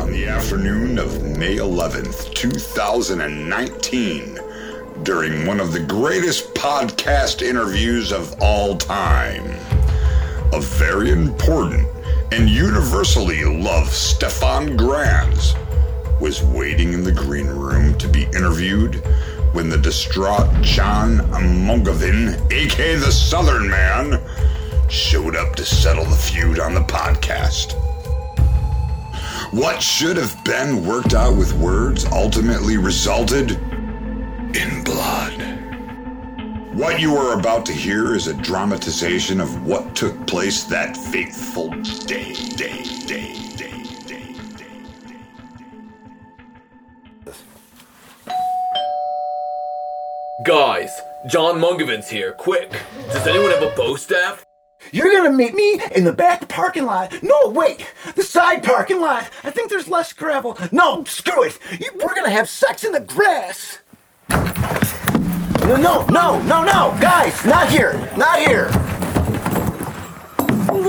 Speaker 6: On the afternoon of May 11th, 2019, during one of the greatest podcast interviews of all time, a very important and universally loved Stefan Granz was waiting in the green room to be interviewed when the distraught John Mungovin, aka the Southern Man, showed up to settle the feud on the podcast. What should have been worked out with words ultimately resulted in blood. What you are about to hear is a dramatization of what took place that fateful day. day, day, day, day, day, day.
Speaker 7: Guys, John Mungovin's here. Quick, does anyone have a bow staff?
Speaker 8: You're gonna meet me in the back parking lot. No, wait, the side parking lot. I think there's less gravel. No, screw it. You, we're gonna have sex in the grass. No, no, no, no, no, guys, not here, not here.
Speaker 3: In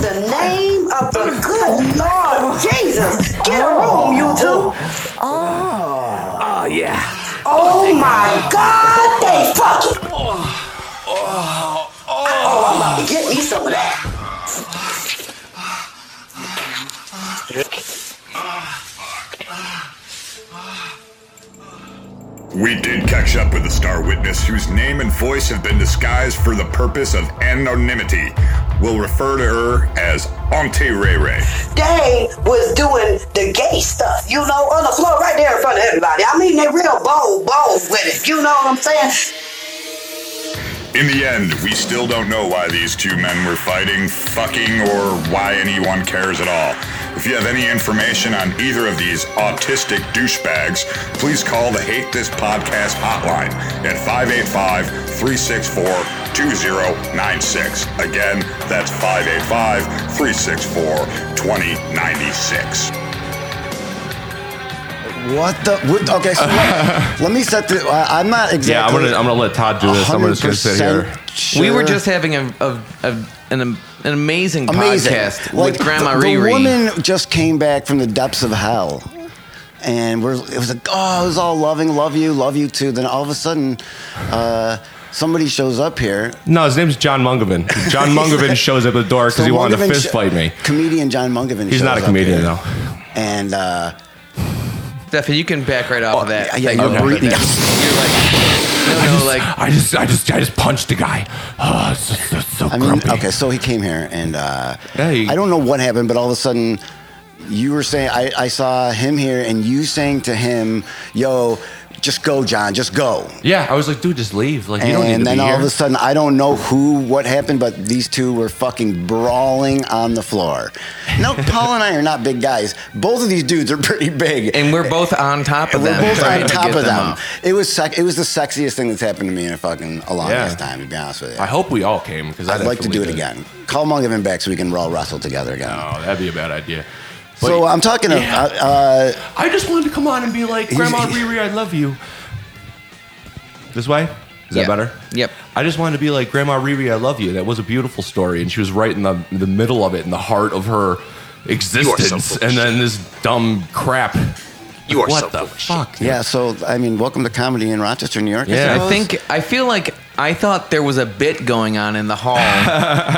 Speaker 3: the name of the good Lord Jesus, get a room, you two.
Speaker 7: Ah, yeah.
Speaker 3: Oh my God, they fucking. Oh, I'm about to get me some of that.
Speaker 6: We did catch up with the star witness whose name and voice have been disguised for the purpose of anonymity. We'll refer to her as Auntie Ray Ray.
Speaker 9: they was doing the gay stuff, you know, on the floor right there in front of everybody. I mean, they real bold, bold with it. You know what I'm saying?
Speaker 6: In the end, we still don't know why these two men were fighting, fucking, or why anyone cares at all. If you have any information on either of these autistic douchebags, please call the Hate This Podcast hotline at 585 364 2096. Again, that's 585 364 2096.
Speaker 4: What the? What, okay, so let, let me set the. I, I'm not exactly.
Speaker 10: Yeah, I'm gonna I'm gonna let Todd do this. I'm just gonna sit here.
Speaker 4: 100% Sure.
Speaker 2: We were just having a, a, a an, am- an amazing,
Speaker 4: amazing.
Speaker 2: podcast
Speaker 4: Like,
Speaker 2: with Grandma
Speaker 4: the,
Speaker 2: Riri.
Speaker 4: The woman just came back from the depths of hell, and we're it was like oh it was all loving, love you, love you too. Then all of a sudden, uh, somebody shows up here.
Speaker 10: No, his name's John Mungovan. John Mungovan shows up at the door because
Speaker 4: So
Speaker 10: he wanted to
Speaker 4: Mungovan
Speaker 10: fist
Speaker 4: sho-
Speaker 10: fight me.
Speaker 4: Comedian John Mungovan.
Speaker 10: He's not a
Speaker 4: shows up
Speaker 10: comedian
Speaker 4: here.
Speaker 10: though.
Speaker 4: And uh,
Speaker 2: Stefan, you can back right off of Oh, that. That
Speaker 4: yeah, you're
Speaker 2: you remember
Speaker 4: breathing.
Speaker 2: that. You're like, no, no, like
Speaker 10: I just I just I just punched the guy. Oh, it's just, it's so
Speaker 4: I mean,
Speaker 10: grumpy.
Speaker 4: okay, so he came here, and uh,
Speaker 10: Yeah, he-
Speaker 4: I don't know what happened, but all of a sudden, you were saying, I, I saw him here, and you saying to him, "Yo, just go, John, just go."
Speaker 10: Yeah, I was like, dude, just leave. Like you don't need to
Speaker 4: and then
Speaker 10: be
Speaker 4: all
Speaker 10: here.
Speaker 4: of a sudden, I don't know who, what happened, but these two were fucking brawling on the floor. Now, Paul and I are not big guys. Both of these dudes are pretty big.
Speaker 2: and we're both on top of
Speaker 4: And we're
Speaker 2: them.
Speaker 4: both
Speaker 2: trying
Speaker 4: on
Speaker 2: to
Speaker 4: top
Speaker 2: get
Speaker 4: of them.
Speaker 2: off.
Speaker 4: It was sec- it was the sexiest thing that's happened to me in a fucking a long
Speaker 10: Yeah.
Speaker 4: ass time. To be honest with you,
Speaker 10: I hope we all came because
Speaker 4: I'd like to do it again. Call Mungovan back so we can all wrestle together again.
Speaker 10: Oh, that'd be a bad idea. But
Speaker 4: So I'm talking of
Speaker 10: Yeah.
Speaker 4: uh, uh,
Speaker 10: I just wanted to come on and be like, Grandma Riri, I love you. This way? Is that
Speaker 2: Yeah.
Speaker 10: better?
Speaker 2: Yep.
Speaker 10: I just wanted to be like, Grandma Riri, I love you. That was a beautiful story. And she was right in the, the middle of it, in the heart of her
Speaker 1: full
Speaker 10: existence.
Speaker 1: of
Speaker 10: And then this dumb crap.
Speaker 1: You are
Speaker 10: what
Speaker 1: so
Speaker 10: the
Speaker 1: full of
Speaker 10: fuck?
Speaker 4: yeah. So I mean, welcome to comedy in Rochester, New York.
Speaker 10: Yeah.
Speaker 2: I
Speaker 4: suppose.
Speaker 2: think I feel like I thought there was a bit going on in the hall,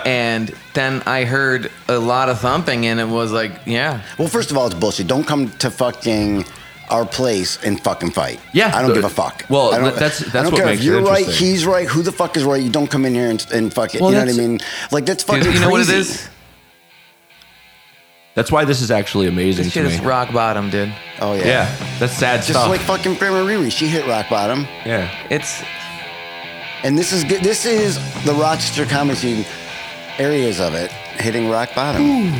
Speaker 2: and then I heard a lot of thumping, and it was like, yeah,
Speaker 4: Well, first of all, it's bullshit. Don't come to fucking our place and fucking fight.
Speaker 10: Yeah.
Speaker 4: I don't
Speaker 10: The-
Speaker 4: give a fuck.
Speaker 10: well,
Speaker 4: I don't,
Speaker 10: th- that's- that's
Speaker 4: I don't
Speaker 10: what
Speaker 4: care
Speaker 10: makes
Speaker 4: if
Speaker 10: it
Speaker 4: you're right,
Speaker 10: interesting.
Speaker 4: he's right, who the fuck is right. You don't come in here and, and fuck it.
Speaker 10: Well,
Speaker 4: you know what I
Speaker 10: that's-
Speaker 4: mean? Like that's
Speaker 2: Dude,
Speaker 4: fucking.
Speaker 2: you know what it
Speaker 4: crazy.
Speaker 2: is?
Speaker 10: That's why this is actually amazing
Speaker 2: This
Speaker 10: to
Speaker 2: shit
Speaker 10: me.
Speaker 2: is rock bottom, dude.
Speaker 4: Oh yeah.
Speaker 10: Yeah. That's sad
Speaker 4: Just
Speaker 10: stuff.
Speaker 4: like fucking Grandma Riri, she hit rock bottom,
Speaker 10: yeah.
Speaker 2: It's
Speaker 4: and this is good- this is the Rochester comedy scene areas of it hitting rock bottom.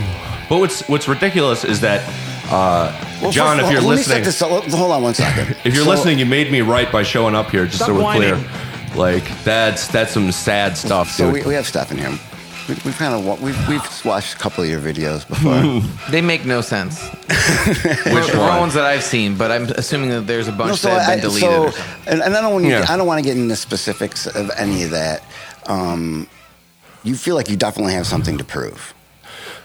Speaker 10: But what's what's ridiculous is that uh,
Speaker 4: Well,
Speaker 10: John,
Speaker 4: first of
Speaker 10: if
Speaker 4: all,
Speaker 10: you're
Speaker 4: let me
Speaker 10: listening,
Speaker 4: set this up. Hold on one second.
Speaker 10: If you're
Speaker 4: So-
Speaker 10: listening, you made me right by showing up here, just
Speaker 2: Stop
Speaker 10: so we're
Speaker 2: whining.
Speaker 10: clear. Like that's that's some sad stuff,
Speaker 4: So
Speaker 10: dude.
Speaker 4: we, we have Stefan here. We, we've kind of we've, we've watched a couple of your videos before.
Speaker 2: they make no sense. Which
Speaker 10: one?
Speaker 2: ones that I've seen, but I'm assuming that there's a bunch
Speaker 4: No, so
Speaker 2: that have
Speaker 4: I,
Speaker 2: been deleted.
Speaker 4: so
Speaker 2: or something.
Speaker 4: and, and I don't want
Speaker 10: Yeah.
Speaker 4: I don't want to get into specifics of any of that. Um, you feel like you definitely have something to prove.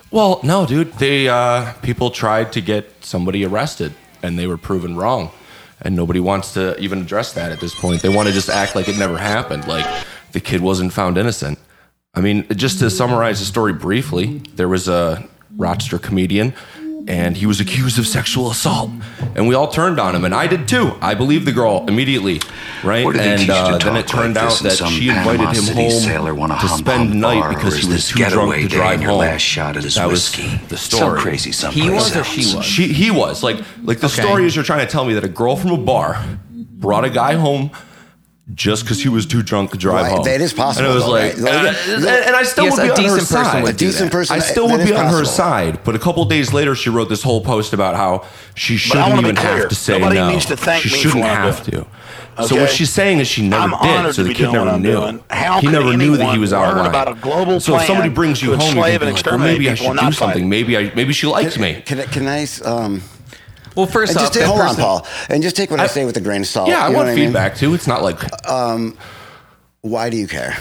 Speaker 10: well, Oh, no, dude. They uh, people tried to get somebody arrested, and they were proven wrong, and nobody wants to even address that at this point. They want to just act like it never happened, like the kid wasn't found innocent. I mean, just to summarize the story briefly, there was a Rochester comedian, and he was accused of sexual assault, and we all turned on him, and I did too. I believed the girl immediately, right?
Speaker 11: What do they
Speaker 10: and uh,
Speaker 11: teach you to
Speaker 10: then
Speaker 11: talk
Speaker 10: it turned
Speaker 11: like
Speaker 10: out
Speaker 11: this in
Speaker 10: that
Speaker 11: some
Speaker 10: she
Speaker 11: Panama
Speaker 10: invited him
Speaker 11: City
Speaker 10: home
Speaker 11: sailor wanna
Speaker 10: to
Speaker 11: hum
Speaker 10: spend
Speaker 11: hum bar,
Speaker 10: night
Speaker 11: or
Speaker 10: because
Speaker 11: is
Speaker 10: he was
Speaker 11: this
Speaker 10: too drunk
Speaker 11: getaway
Speaker 10: to
Speaker 11: day
Speaker 10: drive
Speaker 11: and your
Speaker 10: home.
Speaker 11: last shot at his
Speaker 10: that
Speaker 11: whiskey?
Speaker 10: was the
Speaker 11: Some
Speaker 10: story.
Speaker 11: crazy someplace
Speaker 2: He was or she
Speaker 11: else.
Speaker 2: was?
Speaker 10: She, he was like, like the
Speaker 2: Okay.
Speaker 10: story is you're trying to tell me that a girl from a bar brought a guy home just because he was too drunk to drive
Speaker 4: Right,
Speaker 10: home.
Speaker 4: that is possible,
Speaker 10: And it was
Speaker 4: though,
Speaker 10: like,
Speaker 4: right? Like,
Speaker 10: uh, and, and I still
Speaker 2: Yes,
Speaker 10: would be
Speaker 2: a
Speaker 10: on her
Speaker 2: decent person
Speaker 10: side.
Speaker 2: would
Speaker 4: A decent person.
Speaker 10: I still
Speaker 4: that
Speaker 10: would
Speaker 4: is
Speaker 10: be on her
Speaker 4: possible.
Speaker 10: side, but a couple days later, she wrote this whole post about how she
Speaker 11: I
Speaker 10: shouldn't
Speaker 11: wanna be
Speaker 10: even have
Speaker 11: clear.
Speaker 10: to say
Speaker 11: Nobody
Speaker 10: no.
Speaker 11: needs to thank
Speaker 10: she
Speaker 11: me for
Speaker 10: shouldn't
Speaker 11: what I'm
Speaker 10: have to.
Speaker 11: doing.
Speaker 10: So what
Speaker 11: Okay?
Speaker 10: she's saying is she never
Speaker 11: I'm
Speaker 10: did.
Speaker 11: honored
Speaker 10: So
Speaker 11: to
Speaker 10: the
Speaker 11: be
Speaker 10: kid
Speaker 11: doing what
Speaker 10: never
Speaker 11: I'm
Speaker 10: knew.
Speaker 11: doing. How
Speaker 10: he
Speaker 11: could
Speaker 10: never knew that he
Speaker 11: anyone
Speaker 10: was out
Speaker 11: learn
Speaker 10: lying.
Speaker 11: about a global
Speaker 10: so if somebody
Speaker 11: plan
Speaker 10: brings you
Speaker 11: to
Speaker 10: home, you think
Speaker 11: enslave and
Speaker 10: like, well,
Speaker 11: exterminate
Speaker 10: maybe I
Speaker 11: people
Speaker 10: should
Speaker 11: and
Speaker 10: do
Speaker 11: not fight.
Speaker 10: something. Maybe I maybe she likes me.
Speaker 4: Can, I- can I? s- Um,
Speaker 2: well, first
Speaker 4: and
Speaker 2: off,
Speaker 4: just take-
Speaker 2: that
Speaker 4: hold on,
Speaker 2: person-
Speaker 4: Paul, and just take what I, say with a grain of salt.
Speaker 10: Yeah, I
Speaker 4: you know
Speaker 10: want
Speaker 4: what mean?
Speaker 10: feedback too. It's not like
Speaker 4: Why do you care?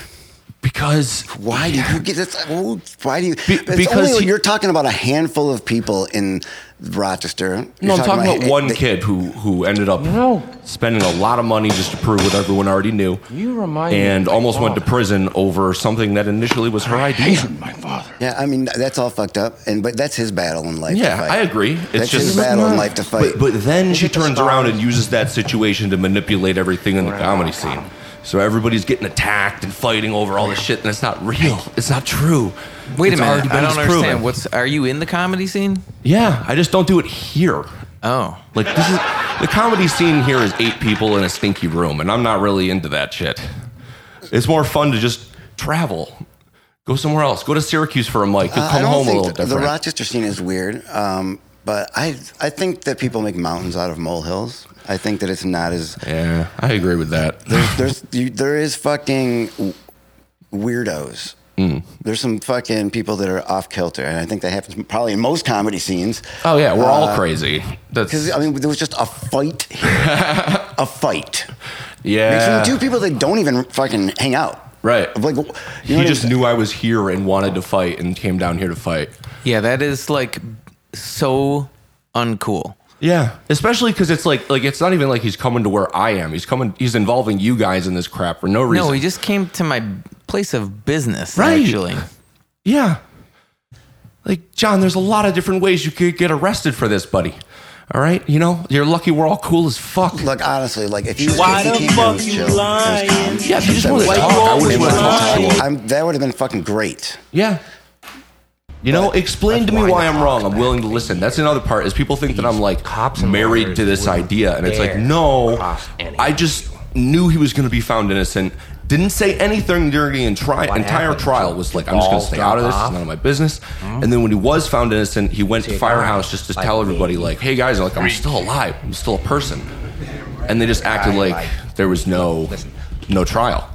Speaker 10: because
Speaker 4: Why do you get this? oh, Why do you? it's
Speaker 10: because
Speaker 4: only,
Speaker 10: he-
Speaker 4: you're talking about a handful of people in Rochester.
Speaker 10: No,
Speaker 4: You're
Speaker 10: I'm talking about
Speaker 4: ha-
Speaker 10: one
Speaker 4: the-
Speaker 10: kid who who ended up spending a lot of money just to prove what everyone already knew. You remind and almost went to prison over something that initially was her idea.
Speaker 11: my father.
Speaker 4: Yeah, I mean that's all fucked up, and but that's his battle in life.
Speaker 10: Yeah,
Speaker 4: to fight.
Speaker 10: I agree. It's
Speaker 4: that's
Speaker 10: just
Speaker 4: his battle in life to fight.
Speaker 10: But, but then she turns around and uses that situation to manipulate everything in the comedy scene. So everybody's getting attacked and fighting over all this shit, and it's not real. It's not true.
Speaker 2: Wait a
Speaker 10: It's already been
Speaker 2: minute, I don't
Speaker 10: disproven.
Speaker 2: understand. What's are you in the comedy scene?
Speaker 10: Yeah, I just don't do it here.
Speaker 2: Oh,
Speaker 10: Like this is the comedy scene here is eight people in a stinky room, and I'm not really into that shit. It's more fun to just travel, go somewhere else, go to Syracuse for a mic, and
Speaker 4: Uh,
Speaker 10: come
Speaker 4: I don't
Speaker 10: home a
Speaker 4: think
Speaker 10: little
Speaker 4: th-
Speaker 10: different.
Speaker 4: the Rochester scene is weird, um, but I I think that people make mountains out of molehills. I think that it's not as
Speaker 10: yeah, I agree with that.
Speaker 4: there's there's you, there is fucking weirdos.
Speaker 10: Hmm.
Speaker 4: There's some fucking people that are off kilter, and I think that happens probably in most comedy scenes.
Speaker 10: Oh yeah, we're all
Speaker 4: Uh,
Speaker 10: crazy. That's
Speaker 4: Because I mean, there was just a fight here, a fight
Speaker 10: yeah.
Speaker 4: between two people that don't even fucking hang out.
Speaker 10: Right.
Speaker 4: Like, you know
Speaker 10: he
Speaker 4: what I'm
Speaker 10: just
Speaker 4: saying?
Speaker 10: knew I was here and wanted to fight and came down here to fight.
Speaker 2: Yeah, that is like so uncool.
Speaker 10: Yeah, especially because it's like like it's not even like he's coming to where I am. He's coming. He's involving you guys in this crap for no reason.
Speaker 2: No, he just came to my place of business.
Speaker 10: Right.
Speaker 2: Actually,
Speaker 10: yeah. Like John, there's a lot of different ways you could get arrested for this, buddy. All right, you know you're lucky we're all cool as fuck.
Speaker 4: Look, honestly, like if you,
Speaker 11: Why
Speaker 4: if
Speaker 11: the
Speaker 4: you came
Speaker 11: fuck
Speaker 4: here,
Speaker 11: you
Speaker 4: chill.
Speaker 11: lying?
Speaker 10: Yeah, if you just wanted to
Speaker 4: Why
Speaker 10: talk,
Speaker 4: you
Speaker 10: I always
Speaker 4: It
Speaker 10: want to
Speaker 4: was-
Speaker 10: talk to him.
Speaker 4: I'm, that would have been fucking great.
Speaker 10: Yeah. You know, explain to me why I'm wrong. I'm willing to listen. That's another part is people think that I'm like married to this idea, and it's like, no, I just knew he was going to be found innocent. Didn't say anything during the entri- entire trial. Was like, I'm just going to stay out of this. It's none of my business. And then when he was found innocent, he went to Firehouse just to tell everybody, like, hey guys, like I'm still alive. I'm still a person. And they just acted like there was no no trial.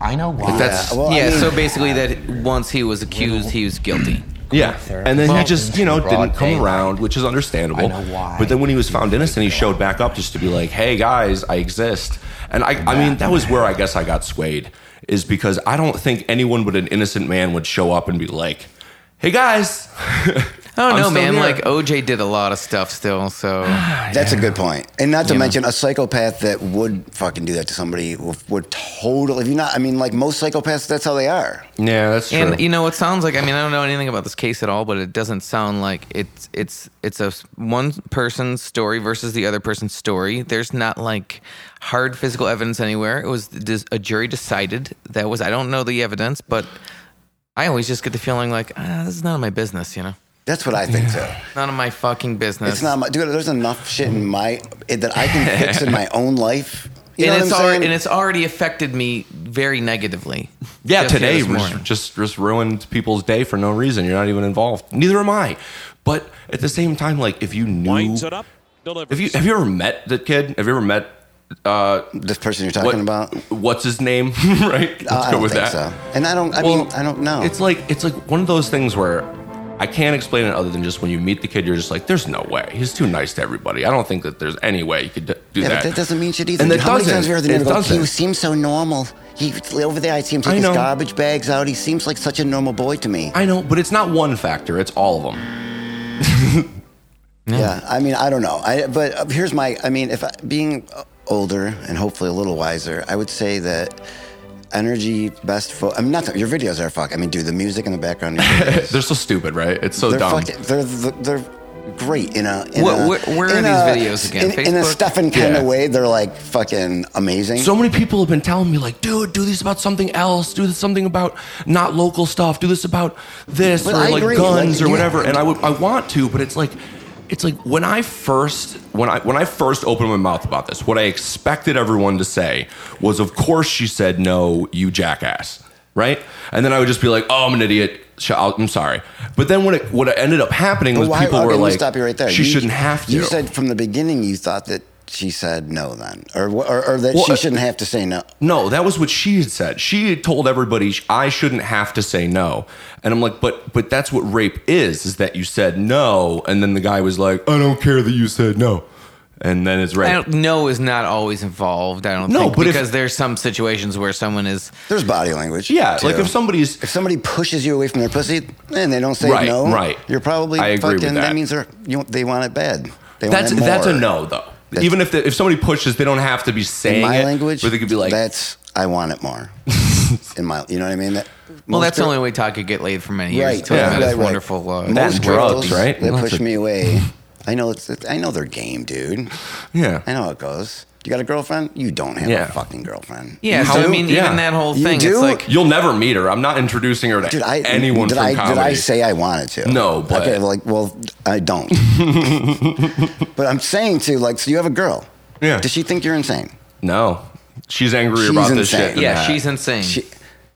Speaker 12: I know why.
Speaker 10: That's
Speaker 4: Well, I
Speaker 2: yeah.
Speaker 4: mean-
Speaker 2: so basically, that once he was accused, he was guilty.
Speaker 10: Yeah, and then he
Speaker 12: Well,
Speaker 10: just you know
Speaker 12: broad
Speaker 10: didn't come
Speaker 12: daylight.
Speaker 10: around, which is understandable.
Speaker 12: I know why.
Speaker 10: But then when he was found innocent, he showed back up just to be like, "Hey guys, I exist." And I, I mean, that was where I guess I got swayed, is because I don't think anyone but an innocent man would show up and be like, "Hey guys."
Speaker 2: I don't
Speaker 10: I'm
Speaker 2: know,
Speaker 10: still
Speaker 2: Oh, man.
Speaker 10: here.
Speaker 2: Like OJ did a lot of stuff still, so
Speaker 4: That's a good point. And not to mention a psychopath that would fucking do that to somebody would, would totally. If you not, I mean, like most psychopaths, that's how they are.
Speaker 10: yeah, that's true.
Speaker 2: And you know, it sounds like I mean I don't know anything about this case at all, but it doesn't sound like it's it's it's a s- one person's story versus the other person's story. There's not like hard physical evidence anywhere. It was dis- a jury decided that was I don't know the evidence, but I always just get the feeling like ah, this is none of my business, you know,
Speaker 4: That's what I think too.
Speaker 2: none of my fucking business.
Speaker 4: It's not my dude. There's enough shit in my that I can fix in my own life. You know
Speaker 2: and
Speaker 4: what
Speaker 2: it's
Speaker 4: I'm
Speaker 2: already
Speaker 4: saying?
Speaker 2: and it's already affected me very negatively.
Speaker 10: yeah,
Speaker 2: Just here
Speaker 10: today
Speaker 2: this
Speaker 10: was
Speaker 2: morning.
Speaker 10: just just ruined people's day for no reason. You're not even involved. Neither am I. But at the same time, like if you knew,
Speaker 11: Winds it up. Delivers.
Speaker 10: have you have you ever met that kid? Have you ever met? Uh,
Speaker 4: this person you're talking about.
Speaker 10: What's his name? right? Let's
Speaker 4: Uh, I don't think so. And I don't. I
Speaker 10: Well,
Speaker 4: mean, I don't know.
Speaker 10: It's like it's like one of those things where I can't explain it other than just when you meet the kid, you're just like, "There's no way. He's too nice to everybody. I don't think that there's any way you could d- do
Speaker 4: yeah,
Speaker 10: that."
Speaker 4: but that doesn't mean shit either.
Speaker 10: And
Speaker 4: dude.
Speaker 10: that
Speaker 4: how many
Speaker 10: doesn't.
Speaker 4: times we heard the
Speaker 10: It
Speaker 4: neighbor go,
Speaker 10: doesn't.
Speaker 4: He seems so normal. He over there. I see him
Speaker 10: I
Speaker 4: take his
Speaker 10: know.
Speaker 4: garbage bags out. He seems like such a normal boy to me.
Speaker 10: I know, but it's not one factor. It's all of them.
Speaker 4: Yeah, I mean, I don't know. I but uh, here's my. I mean, if I, being uh, older and hopefully a little wiser, I would say that energy best. Fo- I mean, not that your videos are fuck. I mean, dude, the music in the background. of your videos,
Speaker 10: They're so stupid, right? It's so
Speaker 4: they're
Speaker 10: Oh, dumb.
Speaker 4: fucking- They're they're great in a. In
Speaker 2: Where-
Speaker 4: a
Speaker 2: where- where are
Speaker 4: in
Speaker 2: these
Speaker 4: a-
Speaker 2: videos again?
Speaker 4: In, in a
Speaker 2: Facebook?
Speaker 4: Stefan kind
Speaker 10: Yeah.
Speaker 4: of way, they're like fucking amazing.
Speaker 10: So many people have been telling me, like, dude, do these about something else. Do this something about not local stuff. Do this about this
Speaker 4: But
Speaker 10: or
Speaker 4: I
Speaker 10: like
Speaker 4: agree,
Speaker 10: guns or
Speaker 4: like, yeah.
Speaker 10: whatever. And I would, I want to, but it's like, it's like when I first, when I, when I first opened my mouth about this, what I expected everyone to say was, of course, she said no, you jackass, right? And then I would just be like, oh, I'm an idiot. Sh- I'll- I'm sorry. But then when it, what ended up happening
Speaker 4: But
Speaker 10: was people
Speaker 4: okay,
Speaker 10: were
Speaker 4: let me
Speaker 10: like,
Speaker 4: stop you right there.
Speaker 10: she
Speaker 4: You-
Speaker 10: shouldn't have to.
Speaker 4: You said from the beginning you thought that she said no, then, or wh- or, or that
Speaker 10: Well,
Speaker 4: she
Speaker 10: uh,
Speaker 4: shouldn't have to say no.
Speaker 10: No, that was what she had said. She had told everybody sh- I shouldn't have to say no. And I'm like, but but that's what rape is, is that you said no, and then the guy was like, I don't care that you said no. And then it's
Speaker 2: I
Speaker 10: rape.
Speaker 2: don't know is not always involved. I don't
Speaker 10: No,
Speaker 2: think
Speaker 10: but if-
Speaker 2: because there's some situations where someone is
Speaker 4: There's body language.
Speaker 10: Yeah,
Speaker 4: too.
Speaker 10: like if somebody's
Speaker 4: if somebody pushes you away from their pussy and they don't say
Speaker 10: Right,
Speaker 4: no,
Speaker 10: right.
Speaker 4: you're probably
Speaker 10: I agree
Speaker 4: fucking.
Speaker 10: with that.
Speaker 4: means they're you know, they want it bad. They want
Speaker 10: that's
Speaker 4: it more.
Speaker 10: that's a no though.
Speaker 4: That's-
Speaker 10: Even if the, if somebody pushes, they don't have to be saying
Speaker 4: In my
Speaker 10: it,
Speaker 4: language,
Speaker 10: But they could be like,
Speaker 4: that's I want it more. in my, you know what I mean? That,
Speaker 2: well, that's the
Speaker 4: only.
Speaker 2: only way Todd could get laid for many years.
Speaker 4: Right,
Speaker 2: So
Speaker 10: Yeah.
Speaker 2: that
Speaker 4: right,
Speaker 2: is
Speaker 4: right.
Speaker 2: wonderful. Uh,
Speaker 4: Most
Speaker 10: That's drugs,
Speaker 4: girls
Speaker 10: right?
Speaker 4: That
Speaker 10: Lots
Speaker 4: push
Speaker 10: of-
Speaker 4: me away. I know it's. I know they're game, dude.
Speaker 10: yeah,
Speaker 4: I know how it goes. You got a girlfriend? You don't have
Speaker 10: Yeah.
Speaker 4: a fucking girlfriend.
Speaker 2: yeah, so
Speaker 10: How-
Speaker 2: I mean,
Speaker 10: yeah.
Speaker 2: even that whole
Speaker 4: You
Speaker 2: thing, it's
Speaker 4: do?
Speaker 2: like
Speaker 10: you'll never meet her. I'm not introducing her to
Speaker 4: Dude, I
Speaker 10: anyone
Speaker 4: did
Speaker 10: from
Speaker 4: I
Speaker 10: comedy.
Speaker 4: did I say I wanted to?
Speaker 10: No, but-
Speaker 4: okay, like, well, I don't. but I'm saying to like, so you have a girl.
Speaker 10: Yeah.
Speaker 4: Does she think you're insane?
Speaker 10: no? She's angrier
Speaker 4: She's
Speaker 10: about this
Speaker 4: insane.
Speaker 10: shit. than
Speaker 2: yeah,
Speaker 10: that.
Speaker 2: she's insane.
Speaker 4: She,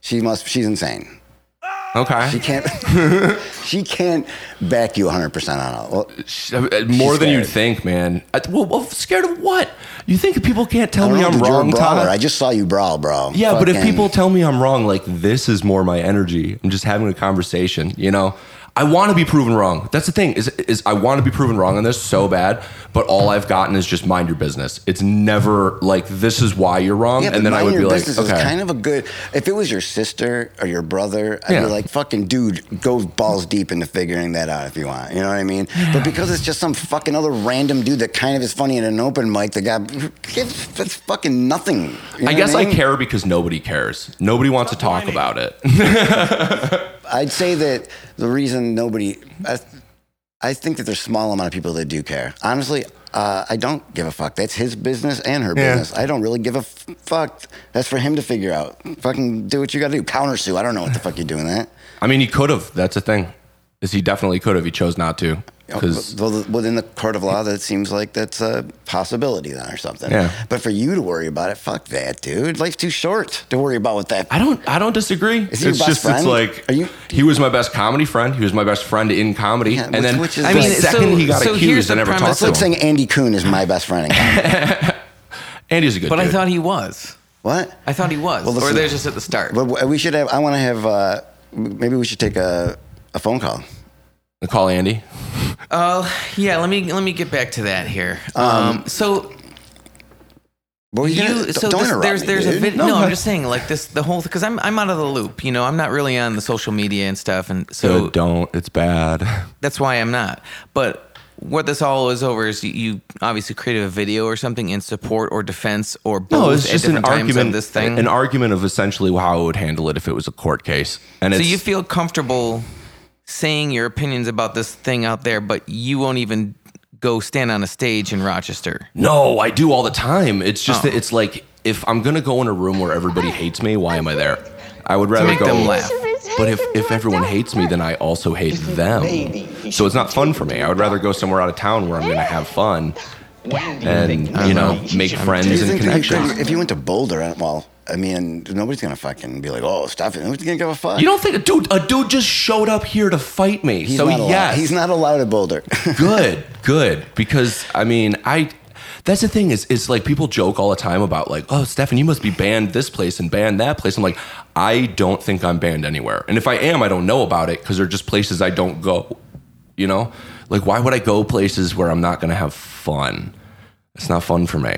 Speaker 4: she must. She's insane.
Speaker 10: Okay.
Speaker 4: She can't. she can't back you 100 percent on it. Well,
Speaker 10: Uh, More
Speaker 4: She's
Speaker 10: than you
Speaker 4: scared.
Speaker 10: think, man. I, well, well, scared of what? You think if people can't
Speaker 4: I
Speaker 10: tell
Speaker 4: don't
Speaker 10: me
Speaker 4: know,
Speaker 10: I'm
Speaker 4: dude, you're a
Speaker 10: wrong,
Speaker 4: brawler.
Speaker 10: Todd?
Speaker 4: I just saw you brawl, bro.
Speaker 10: yeah, but if
Speaker 4: Fucking-
Speaker 10: people tell me I'm wrong, like this is more my energy. I'm just having a conversation, you know. I want to be proven wrong. That's the thing is is I want to be proven wrong on this so bad, but all I've gotten is just mind your business. It's never like this is why you're wrong,
Speaker 4: Yeah, but
Speaker 10: and then I
Speaker 4: mind
Speaker 10: would
Speaker 4: your
Speaker 10: be like,
Speaker 4: business
Speaker 10: okay,
Speaker 4: is kind of a good. If it was your sister or your brother, I'd
Speaker 10: Yeah.
Speaker 4: be like, "Fucking dude, go balls deep into figuring that out if you want." You know what I mean? But because it's just some fucking other random dude that kind of is funny in an open mic, the guy gives that's fucking nothing. You know
Speaker 10: I
Speaker 4: what
Speaker 10: guess I,
Speaker 4: mean?
Speaker 10: care because nobody cares. Nobody wants to talk about it.
Speaker 4: I'd say that the reason nobody, I, I think that there's a small amount of people that do care. Honestly, uh, I don't give a fuck. That's his business and her
Speaker 10: Yeah.
Speaker 4: business. I don't really give a f- fuck. That's for him to figure out. Fucking do what you got to do. Counter sue. I don't know what the fuck you're doing that.
Speaker 10: I mean, he could have. That's the thing. Is he definitely could have? He chose not to because
Speaker 4: Well, th- within the court of law, that seems like that's a possibility then or something.
Speaker 10: Yeah.
Speaker 4: But for you to worry about it, fuck that, dude. Life's too short to worry about what that.
Speaker 10: I don't. I don't disagree.
Speaker 4: Is he your
Speaker 10: it's
Speaker 4: best
Speaker 10: just it's
Speaker 4: friend?
Speaker 10: like
Speaker 4: Are you-
Speaker 10: he was my best comedy friend. He was my best friend in comedy,
Speaker 4: Yeah,
Speaker 10: and
Speaker 4: which-
Speaker 10: then
Speaker 4: which is
Speaker 10: the
Speaker 4: I mean,
Speaker 10: second
Speaker 2: so-
Speaker 10: he got
Speaker 2: so here's
Speaker 10: accused, I
Speaker 2: the
Speaker 10: never
Speaker 2: premise
Speaker 10: talked
Speaker 4: It's
Speaker 10: to
Speaker 4: like
Speaker 10: him.
Speaker 4: saying Andy Kuhn is my best friend. again.
Speaker 10: Andy's a good
Speaker 2: But
Speaker 10: dude.
Speaker 2: I thought he was.
Speaker 4: what?
Speaker 2: I thought he was.
Speaker 4: Well,
Speaker 2: or
Speaker 4: listen-
Speaker 2: they're just at the start.
Speaker 4: But w- we should have. I want to have. Uh, maybe we should take a, a phone call.
Speaker 10: call Andy.
Speaker 2: yeah, let me let me get back to that here. Um, so
Speaker 4: What were you,
Speaker 2: you,
Speaker 4: gonna,
Speaker 2: so
Speaker 4: don't
Speaker 2: this,
Speaker 4: interrupt
Speaker 2: there's
Speaker 4: me,
Speaker 2: there's a
Speaker 4: dude.
Speaker 2: vid-
Speaker 10: No,
Speaker 2: no,
Speaker 10: I-
Speaker 2: I'm just saying like this the whole because I'm I'm out of the loop. You know, I'm not really on the social media and stuff, and so
Speaker 10: Dude, don't. It's bad.
Speaker 2: that's why I'm not. But what this all is over is you, you obviously created a video or something in support or defense or both
Speaker 10: No, it's
Speaker 2: at
Speaker 10: just an
Speaker 2: different times
Speaker 10: argument.
Speaker 2: of this thing.
Speaker 10: An argument of essentially how I would handle it if it was a court case. And
Speaker 2: so
Speaker 10: it's,
Speaker 2: you feel comfortable saying your opinions about this thing out there, but you won't even go stand on a stage in Rochester.
Speaker 10: No, I do all the time. It's just
Speaker 4: Oh.
Speaker 10: that it's like if I'm gonna go in a room where everybody hates me, why am I there? I would rather
Speaker 2: make
Speaker 10: go
Speaker 2: them laugh.
Speaker 10: But if, if everyone hates me, then I also hate them. So it's not fun for me. I would rather go somewhere out of town where I'm gonna have fun and you know make
Speaker 4: Do you
Speaker 10: friends and
Speaker 4: think that you could-
Speaker 10: connections.
Speaker 4: if you went to Boulder, I- well, I mean, nobody's gonna fucking be like, oh, stop it. Nobody's gonna give a fuck.
Speaker 10: You don't think a dude a dude just showed up here to fight me?
Speaker 4: He's
Speaker 10: so
Speaker 4: not allowed-
Speaker 10: yes,
Speaker 4: he's not allowed at Boulder.
Speaker 10: good good because i mean i that's the thing is is like people joke all the time about like oh stefan you must be banned this place and banned that place i'm like i don't think i'm banned anywhere and if i am i don't know about it because they're just places i don't go you know like why would i go places where i'm not going to have fun it's not fun for me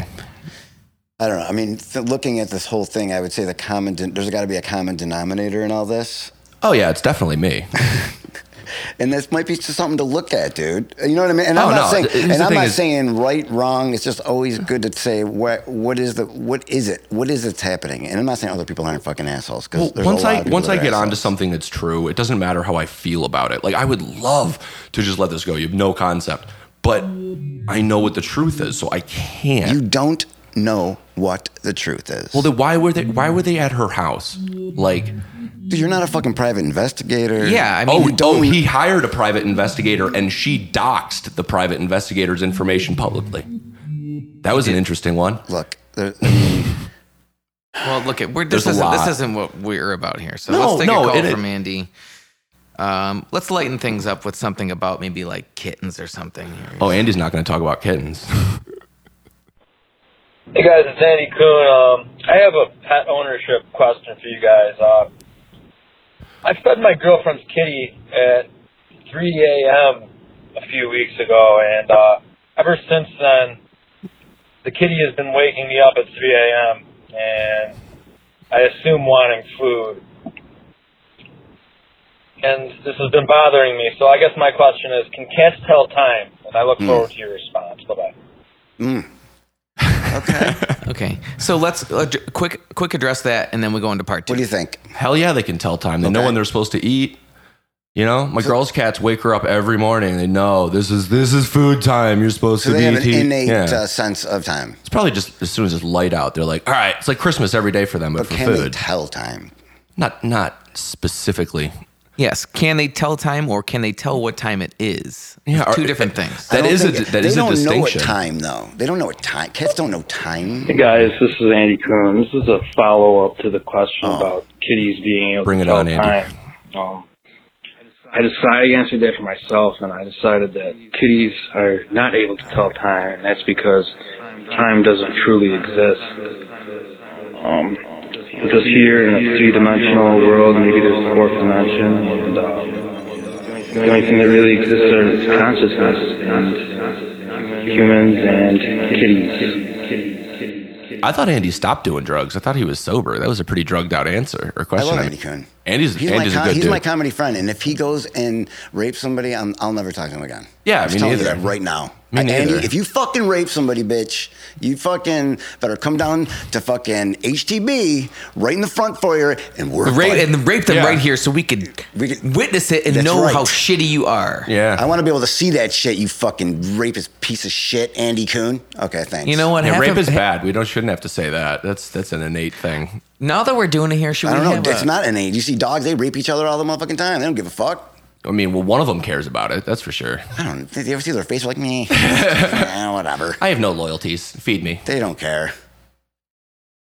Speaker 4: I don't know. I mean, th- looking at this whole thing, I would say the common de- there's got to be a common denominator in all this,
Speaker 10: oh yeah it's definitely me
Speaker 4: and this might be just something to look at, dude. You know what I mean? And
Speaker 10: Oh,
Speaker 4: I'm
Speaker 10: no,
Speaker 4: not saying,
Speaker 10: th- here's
Speaker 4: and
Speaker 10: the
Speaker 4: I'm
Speaker 10: thing
Speaker 4: not
Speaker 10: is-
Speaker 4: saying right, wrong. It's just always good to say what what is the what is it? What is it's happening? And I'm not saying other people aren't fucking assholes because
Speaker 10: Well, once I once I get onto something that's true, it doesn't matter how I feel about it. Like I would love to just let this go. You have no concept, but I know what the truth is, so I can't.
Speaker 4: you don't know what the truth is.
Speaker 10: well, then why were they? Why were they at her house? Like,
Speaker 4: Dude, you're not a fucking private investigator.
Speaker 2: Yeah, I mean,
Speaker 10: oh,
Speaker 2: you
Speaker 10: oh,
Speaker 2: don't-
Speaker 10: he hired a private investigator, and she doxed the private investigator's information publicly. That was an interesting one.
Speaker 4: Look, there, I mean,
Speaker 2: Well, look at we're
Speaker 10: There's
Speaker 2: this
Speaker 10: a
Speaker 2: isn't, this
Speaker 10: lot.
Speaker 2: isn't what we're about here. So
Speaker 10: No,
Speaker 2: let's take
Speaker 10: no,
Speaker 2: a call
Speaker 10: it is-
Speaker 2: from Andy. Um, let's lighten things up with something about maybe like kittens or something. Here.
Speaker 10: Oh, Andy's not going to talk about kittens.
Speaker 11: Hey guys, it's Andy Kuhn. Um, I have a pet ownership question for you guys. Uh, I fed my girlfriend's kitty at 3 a.m. a few weeks ago, and uh, ever since then, the kitty has been waking me up at 3 a.m. and I assume wanting food. And this has been bothering me, so I guess my question is can cats tell time? And I look forward to your response. Bye bye.
Speaker 2: Okay, so let's uh, ad- quick quick address that, and then we go into part two.
Speaker 4: what do you think?
Speaker 10: Hell yeah, they can tell time. They know
Speaker 4: Okay.
Speaker 10: when they're supposed to eat. You know, my girl's cats wake her up every morning. They know this is this is food time. You're supposed
Speaker 4: So
Speaker 10: to
Speaker 4: they
Speaker 10: be
Speaker 4: have an
Speaker 10: eating.
Speaker 4: innate
Speaker 10: Yeah.
Speaker 4: uh, sense of time,
Speaker 10: it's probably just as soon as it's light out, they're like, all right, it's like Christmas every day for them, but,
Speaker 4: but
Speaker 10: for
Speaker 4: can they
Speaker 10: food,
Speaker 4: tell time?
Speaker 10: not not specifically.
Speaker 2: yes, can they tell time, or can they tell what time it is?
Speaker 10: Yeah,
Speaker 2: It's two
Speaker 10: are- uh,
Speaker 2: different things.
Speaker 10: That
Speaker 4: I don't
Speaker 10: is a
Speaker 4: think-
Speaker 10: that
Speaker 4: they
Speaker 10: is a
Speaker 4: don't know what
Speaker 10: distinction.
Speaker 4: time though. They don't know what time. Cats don't know time.
Speaker 11: Hey guys, this is Andy Kuhn. This is a follow up to the question about kitties being able
Speaker 10: Oh. Bring
Speaker 11: to
Speaker 10: it
Speaker 11: tell
Speaker 10: on, Andy.
Speaker 11: time. Um, I decided I answered that for myself, and I decided that kitties are not able to tell time, and that's because time doesn't truly exist. Um, it's just here in a three-dimensional world, maybe there's a fourth dimension, and um, the only thing that really exists are consciousness and humans and kitties.
Speaker 10: I thought Andy stopped doing drugs. I thought he was sober. That was a pretty drugged out answer or question.
Speaker 4: I love
Speaker 10: mean,
Speaker 4: Andy Cohen.
Speaker 10: Andy's,
Speaker 4: He's,
Speaker 10: Andy's
Speaker 4: my,
Speaker 10: a
Speaker 4: com-
Speaker 10: good
Speaker 4: he's
Speaker 10: dude.
Speaker 4: my comedy friend, and if he goes and rapes somebody, I'm, I'll never talk to him again.
Speaker 10: Yeah,
Speaker 4: I'm
Speaker 10: me
Speaker 4: just telling you
Speaker 10: neither.
Speaker 4: that right now.
Speaker 10: Me
Speaker 4: Uh, Andy,
Speaker 10: neither.
Speaker 4: if you fucking rape somebody, bitch, you fucking better come down to fucking HTB right in the front foyer, and we're
Speaker 2: Rape,
Speaker 4: fighting.
Speaker 2: and rape them right here so we could, witness it and
Speaker 4: That's
Speaker 2: know how
Speaker 4: right.
Speaker 2: shitty you are.
Speaker 10: Yeah.
Speaker 4: I want to be able to see that shit, you fucking rapist piece of shit, Andy Coon. Okay, thanks.
Speaker 10: Yeah, rape is bad. We don't shouldn't have to say that. That's that's an innate thing.
Speaker 2: Now that we're doing it here, should
Speaker 4: I
Speaker 2: we
Speaker 4: don't
Speaker 2: have
Speaker 4: know. It's
Speaker 2: a-
Speaker 4: not innate. You see dogs, they rape each other all the motherfucking time. They don't give a fuck.
Speaker 10: I mean, well, one of them cares about it. That's for sure.
Speaker 4: I don't. Did you ever see their face? They're like, me, nah, whatever.
Speaker 10: I have no loyalties. Feed me.
Speaker 4: They don't care.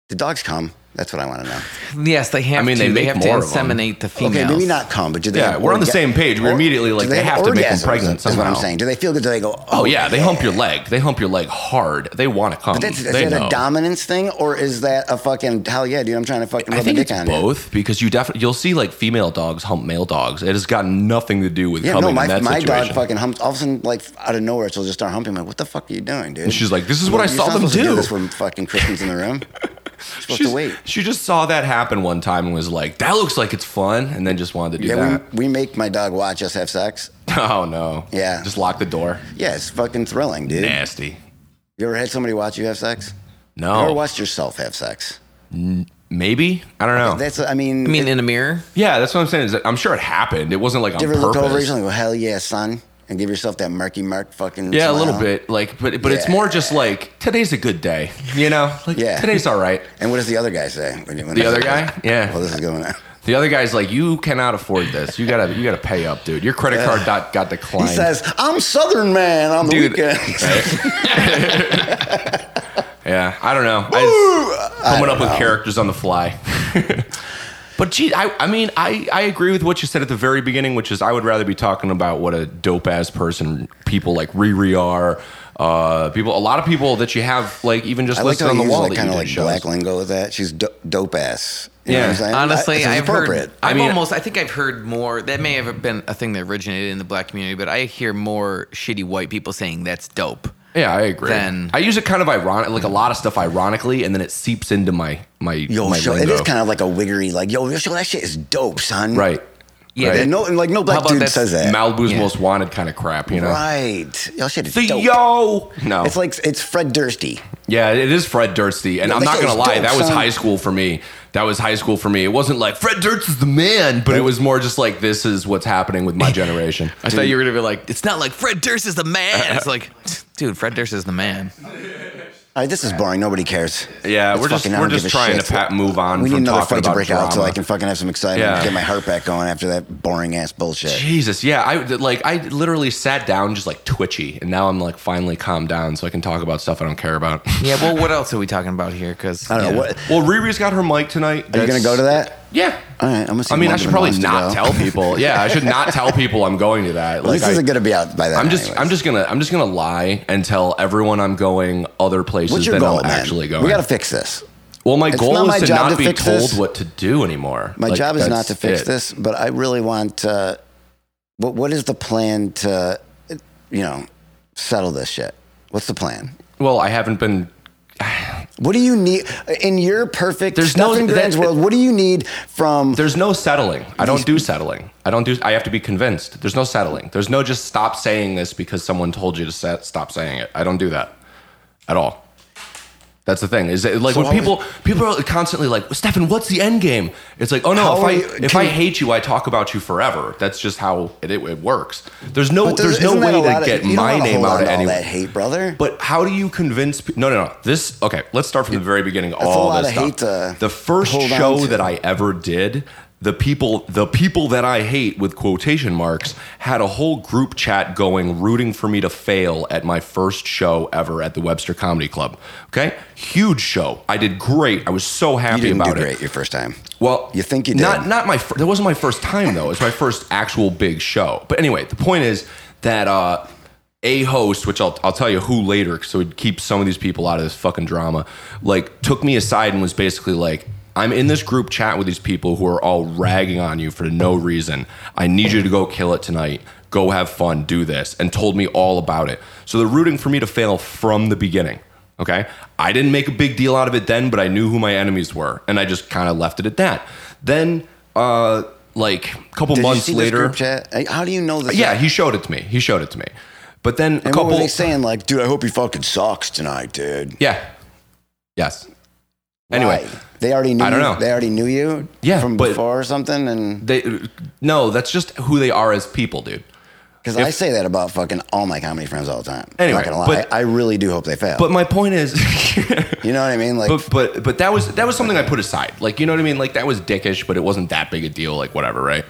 Speaker 4: The dogs come. That's what I want to know.
Speaker 2: Yes, they have
Speaker 10: I mean,
Speaker 2: to.
Speaker 10: they make
Speaker 2: have
Speaker 10: more
Speaker 2: to
Speaker 10: of 'em.
Speaker 2: inseminate the females.
Speaker 4: Okay, maybe not come, but do they?
Speaker 10: Yeah,
Speaker 4: have
Speaker 10: we're on the
Speaker 4: orga-
Speaker 10: same page. We're
Speaker 4: or-
Speaker 10: immediately
Speaker 4: do
Speaker 10: like, they
Speaker 4: have
Speaker 10: have to make them
Speaker 4: orgasms?
Speaker 10: pregnant
Speaker 4: Is what I'm
Speaker 10: somehow.
Speaker 4: saying. Do they feel good? Do they go? Oh,
Speaker 10: Oh yeah, they hump your leg. They hump your leg hard. They want to come.
Speaker 4: But that's, is
Speaker 10: they
Speaker 4: that
Speaker 10: know.
Speaker 4: a dominance thing, or is that a fucking hell yeah, dude? I'm trying to fucking
Speaker 10: I
Speaker 4: rub a
Speaker 10: think
Speaker 4: dick
Speaker 10: it's
Speaker 4: on you.
Speaker 10: both because you definitely you'll see like female dogs hump male dogs. It has got nothing to do with
Speaker 4: Yeah,
Speaker 10: coming
Speaker 4: no, my,
Speaker 10: in that
Speaker 4: my
Speaker 10: situation.
Speaker 4: dog fucking humps. All of a sudden, like out of nowhere, she'll just start humping. i like, what the fuck are you doing, dude?
Speaker 10: And she's like, "This is what I
Speaker 4: You're
Speaker 10: saw
Speaker 4: not
Speaker 10: them
Speaker 4: supposed to
Speaker 10: do."
Speaker 4: This when fucking Kristen's in the room. You're supposed to
Speaker 10: She's-
Speaker 4: wait.
Speaker 10: She just saw that happen one time and was like, "That looks like it's fun," and then just wanted to do
Speaker 4: Yeah,
Speaker 10: that.
Speaker 4: we, we make my dog watch us have sex.
Speaker 10: oh no!
Speaker 4: Yeah.
Speaker 10: just lock the door.
Speaker 4: Yeah, it's fucking thrilling, dude.
Speaker 10: Nasty.
Speaker 4: You ever had somebody watch you have sex? You ever
Speaker 10: No,
Speaker 4: watched yourself have sex?
Speaker 10: maybe I don't know.
Speaker 4: That's, I mean,
Speaker 2: I mean,
Speaker 4: it,
Speaker 2: in a mirror.
Speaker 10: Yeah, that's what I'm saying. Is that I'm sure it happened. It wasn't like on
Speaker 4: you ever
Speaker 10: purpose.
Speaker 4: look over recently and go, hell yeah, son, and give yourself that murky mark fucking
Speaker 10: Yeah, a
Speaker 4: smile?
Speaker 10: little bit. Like, but but it's
Speaker 4: Yeah.
Speaker 10: more just like today's a good day. You know, like
Speaker 4: Yeah.
Speaker 10: today's all right.
Speaker 4: And what does the other guy say? When, when
Speaker 10: The
Speaker 4: I-
Speaker 10: other guy, yeah.
Speaker 4: Well, this is going on.
Speaker 10: The other guy's like, you cannot afford this. You gotta you gotta pay up, dude. Your credit card dot, got
Speaker 4: He
Speaker 10: declined.
Speaker 4: says, I'm Southern man on the
Speaker 10: Dude.
Speaker 4: weekends.
Speaker 10: yeah, I don't know. I just, coming up with characters on the fly. But gee, I, I mean, I, I agree with what you said at the very beginning, which is I would rather be talking about what a dope ass person people like Riri are, uh, people, a lot of people that you have like even just
Speaker 4: I like
Speaker 10: listed
Speaker 4: how
Speaker 10: on
Speaker 4: you
Speaker 10: the
Speaker 4: use
Speaker 10: wall
Speaker 4: like
Speaker 10: that
Speaker 4: kind
Speaker 10: you
Speaker 4: of
Speaker 10: do
Speaker 4: like
Speaker 10: shows.
Speaker 4: black lingo with that. She's do- dope ass. You know
Speaker 10: Yeah.
Speaker 4: what I'm saying?
Speaker 2: Honestly,
Speaker 4: This is
Speaker 2: I've heard.
Speaker 4: appropriate.
Speaker 10: I
Speaker 2: I've
Speaker 10: mean-
Speaker 2: almost. I think I've heard more. That may have been a thing that originated in the black community, but I hear more shitty white people saying that's dope.
Speaker 10: Yeah, I agree.
Speaker 2: Then-
Speaker 10: I use it kind of ironic, like a lot of stuff ironically, and then it seeps into my my
Speaker 4: Yo,
Speaker 10: my
Speaker 4: show, it
Speaker 10: lingo.
Speaker 4: is kind of like a wiggery, like, yo, show that shit is dope, son.
Speaker 10: right.
Speaker 2: Yeah,
Speaker 10: Right.
Speaker 2: that-
Speaker 4: And no, and like no
Speaker 2: How
Speaker 4: black
Speaker 2: about
Speaker 4: dude
Speaker 2: that's
Speaker 4: says that.
Speaker 10: Malibu's
Speaker 2: Yeah.
Speaker 10: most wanted kind of crap, you know.
Speaker 4: Right. Yo, shit is
Speaker 10: The
Speaker 4: dope.
Speaker 10: yo, no,
Speaker 4: It's like it's Fred Dursty.
Speaker 10: yeah, it is Fred Durstee, and
Speaker 4: Yo,
Speaker 10: I'm
Speaker 4: that
Speaker 10: not
Speaker 4: shit
Speaker 10: gonna
Speaker 4: was
Speaker 10: lie,
Speaker 4: dope,
Speaker 10: that was
Speaker 4: son.
Speaker 10: high school for me. That was high school for me. It wasn't like Fred Durst is the man, but it was more just like this is what's happening with my generation.
Speaker 2: I thought you were gonna be like, it's not like Fred Durst is the man. It's like, dude, Fred Durst is the man.
Speaker 4: All right, this is boring. Nobody cares.
Speaker 10: Yeah,
Speaker 4: It's
Speaker 10: we're just
Speaker 4: fucking- I
Speaker 10: we're
Speaker 4: don't
Speaker 10: just
Speaker 4: give a
Speaker 10: trying
Speaker 4: shit.
Speaker 10: to pat, move on.
Speaker 4: We need
Speaker 10: from
Speaker 4: another
Speaker 10: talking
Speaker 4: fight to
Speaker 10: about
Speaker 4: break out so
Speaker 10: drama.
Speaker 4: I can fucking have some excitement
Speaker 10: Yeah.
Speaker 4: and get my heart back going after that boring ass bullshit.
Speaker 10: Jesus, yeah, I like I literally sat down just like twitchy, and now I'm like finally calmed down, so I can talk about stuff I don't care about.
Speaker 2: Yeah. Well, what else are we talking about here? Because
Speaker 4: I don't know. What,
Speaker 10: Well, Riri's got her mic tonight.
Speaker 4: are you going to go to that?
Speaker 10: Yeah.
Speaker 4: All right, I'm going to see
Speaker 10: I mean, I
Speaker 4: Morgan
Speaker 10: should probably
Speaker 4: wants to
Speaker 10: not
Speaker 4: go.
Speaker 10: tell people. Yeah, I should not tell people I'm going to that. Like,
Speaker 4: this
Speaker 10: I,
Speaker 4: isn't going to be out by that.
Speaker 10: I'm just, I'm just gonna, I'm just gonna lie and tell everyone I'm going other places
Speaker 4: What's your
Speaker 10: than
Speaker 4: goal,
Speaker 10: I'm
Speaker 4: man?
Speaker 10: actually going.
Speaker 4: We got to fix this.
Speaker 10: well, my
Speaker 4: it's
Speaker 10: goal
Speaker 4: not my
Speaker 10: is to not
Speaker 4: job to
Speaker 10: be told
Speaker 4: fix this.
Speaker 10: what to do anymore.
Speaker 4: My
Speaker 10: Like,
Speaker 4: job is not
Speaker 10: that's
Speaker 4: to fix
Speaker 10: it.
Speaker 4: this, but I really want. Uh, what What is the plan to, you know, settle this shit? What's the plan?
Speaker 10: Well, I haven't been.
Speaker 4: What do you need in your perfect
Speaker 10: There's
Speaker 4: There's
Speaker 10: no-
Speaker 4: no,
Speaker 10: that-
Speaker 4: Grand's world? What do you need from?
Speaker 10: There's no settling. I don't do settling. I don't do. I have to be convinced. There's no settling. There's no just stop saying this because someone told you to set, stop saying it. I don't do that at all. That's the thing. Is that, like
Speaker 4: So
Speaker 10: when
Speaker 4: how
Speaker 10: people people are constantly like, Stefan, what's the end game? It's like, oh no,
Speaker 4: How
Speaker 10: if
Speaker 4: are
Speaker 10: I
Speaker 4: you-
Speaker 10: if
Speaker 4: can-
Speaker 10: I hate you, I talk about you forever. That's just how it, it, it works. There's no
Speaker 4: But does-
Speaker 10: there's no
Speaker 4: isn't that
Speaker 10: way
Speaker 4: a lot
Speaker 10: to
Speaker 4: of-
Speaker 10: get
Speaker 4: you don't
Speaker 10: my
Speaker 4: wanna
Speaker 10: name
Speaker 4: hold
Speaker 10: out
Speaker 4: on
Speaker 10: of
Speaker 4: to all
Speaker 10: anyone.
Speaker 4: that hate, brother.
Speaker 10: But how do you convince? pe- No, no, no. This okay. Let's start from the very beginning. all
Speaker 4: lot
Speaker 10: this
Speaker 4: of
Speaker 10: stuff.
Speaker 4: hate to
Speaker 10: the first
Speaker 4: hold on
Speaker 10: show
Speaker 4: to.
Speaker 10: that I ever did, the people the people that I hate with quotation marks had a whole group chat going rooting for me to fail at my first show ever at the Webster Comedy Club. Okay? Huge show. I did great. I was so happy
Speaker 4: You didn't
Speaker 10: about
Speaker 4: do
Speaker 10: it.
Speaker 4: great your first time.
Speaker 10: Well, you think
Speaker 4: you did.
Speaker 10: Not not my fir- that wasn't my first time though. It's my first actual big show. But anyway, the point is that uh a host, which I'll, I'll tell you who later, so we'd keep some of these people out of this fucking drama, like took me aside and was basically like, I'm in this group chat with these people who are all ragging on you for no reason. I need you to go kill it tonight. Go have fun. Do this. And told me all about it. So they're rooting for me to fail from the beginning. Okay. I didn't make a big deal out of it then, but I knew who my enemies were, and I just kind of left it at that. Then, uh, like a couple
Speaker 4: Did you
Speaker 10: months
Speaker 4: see this
Speaker 10: later,
Speaker 4: group chat? Uh, How do you know this?
Speaker 10: yeah, he showed it to me. He showed it to me. But then a
Speaker 4: and
Speaker 10: couple
Speaker 4: what were they saying like, dude, I hope he fucking sucks tonight, dude.
Speaker 10: Yeah. Yes. Anyway,
Speaker 4: they already knew.
Speaker 10: I don't
Speaker 4: you-
Speaker 10: know.
Speaker 4: They already knew you.
Speaker 10: Yeah,
Speaker 4: from
Speaker 10: but-
Speaker 4: before or something, and
Speaker 10: they no, that's just who they are as people, dude.
Speaker 4: because
Speaker 10: If-
Speaker 4: I say that about fucking all my comedy friends all the time.
Speaker 10: Anyway,
Speaker 4: I'm not gonna lie,
Speaker 10: but-
Speaker 4: I, I really do hope they fail.
Speaker 10: But my point is,
Speaker 4: you know what I mean? Like,
Speaker 10: but but but that was that was something I put aside. Like you know what I mean? Like that was dickish, but it wasn't that big a deal. Like whatever, right?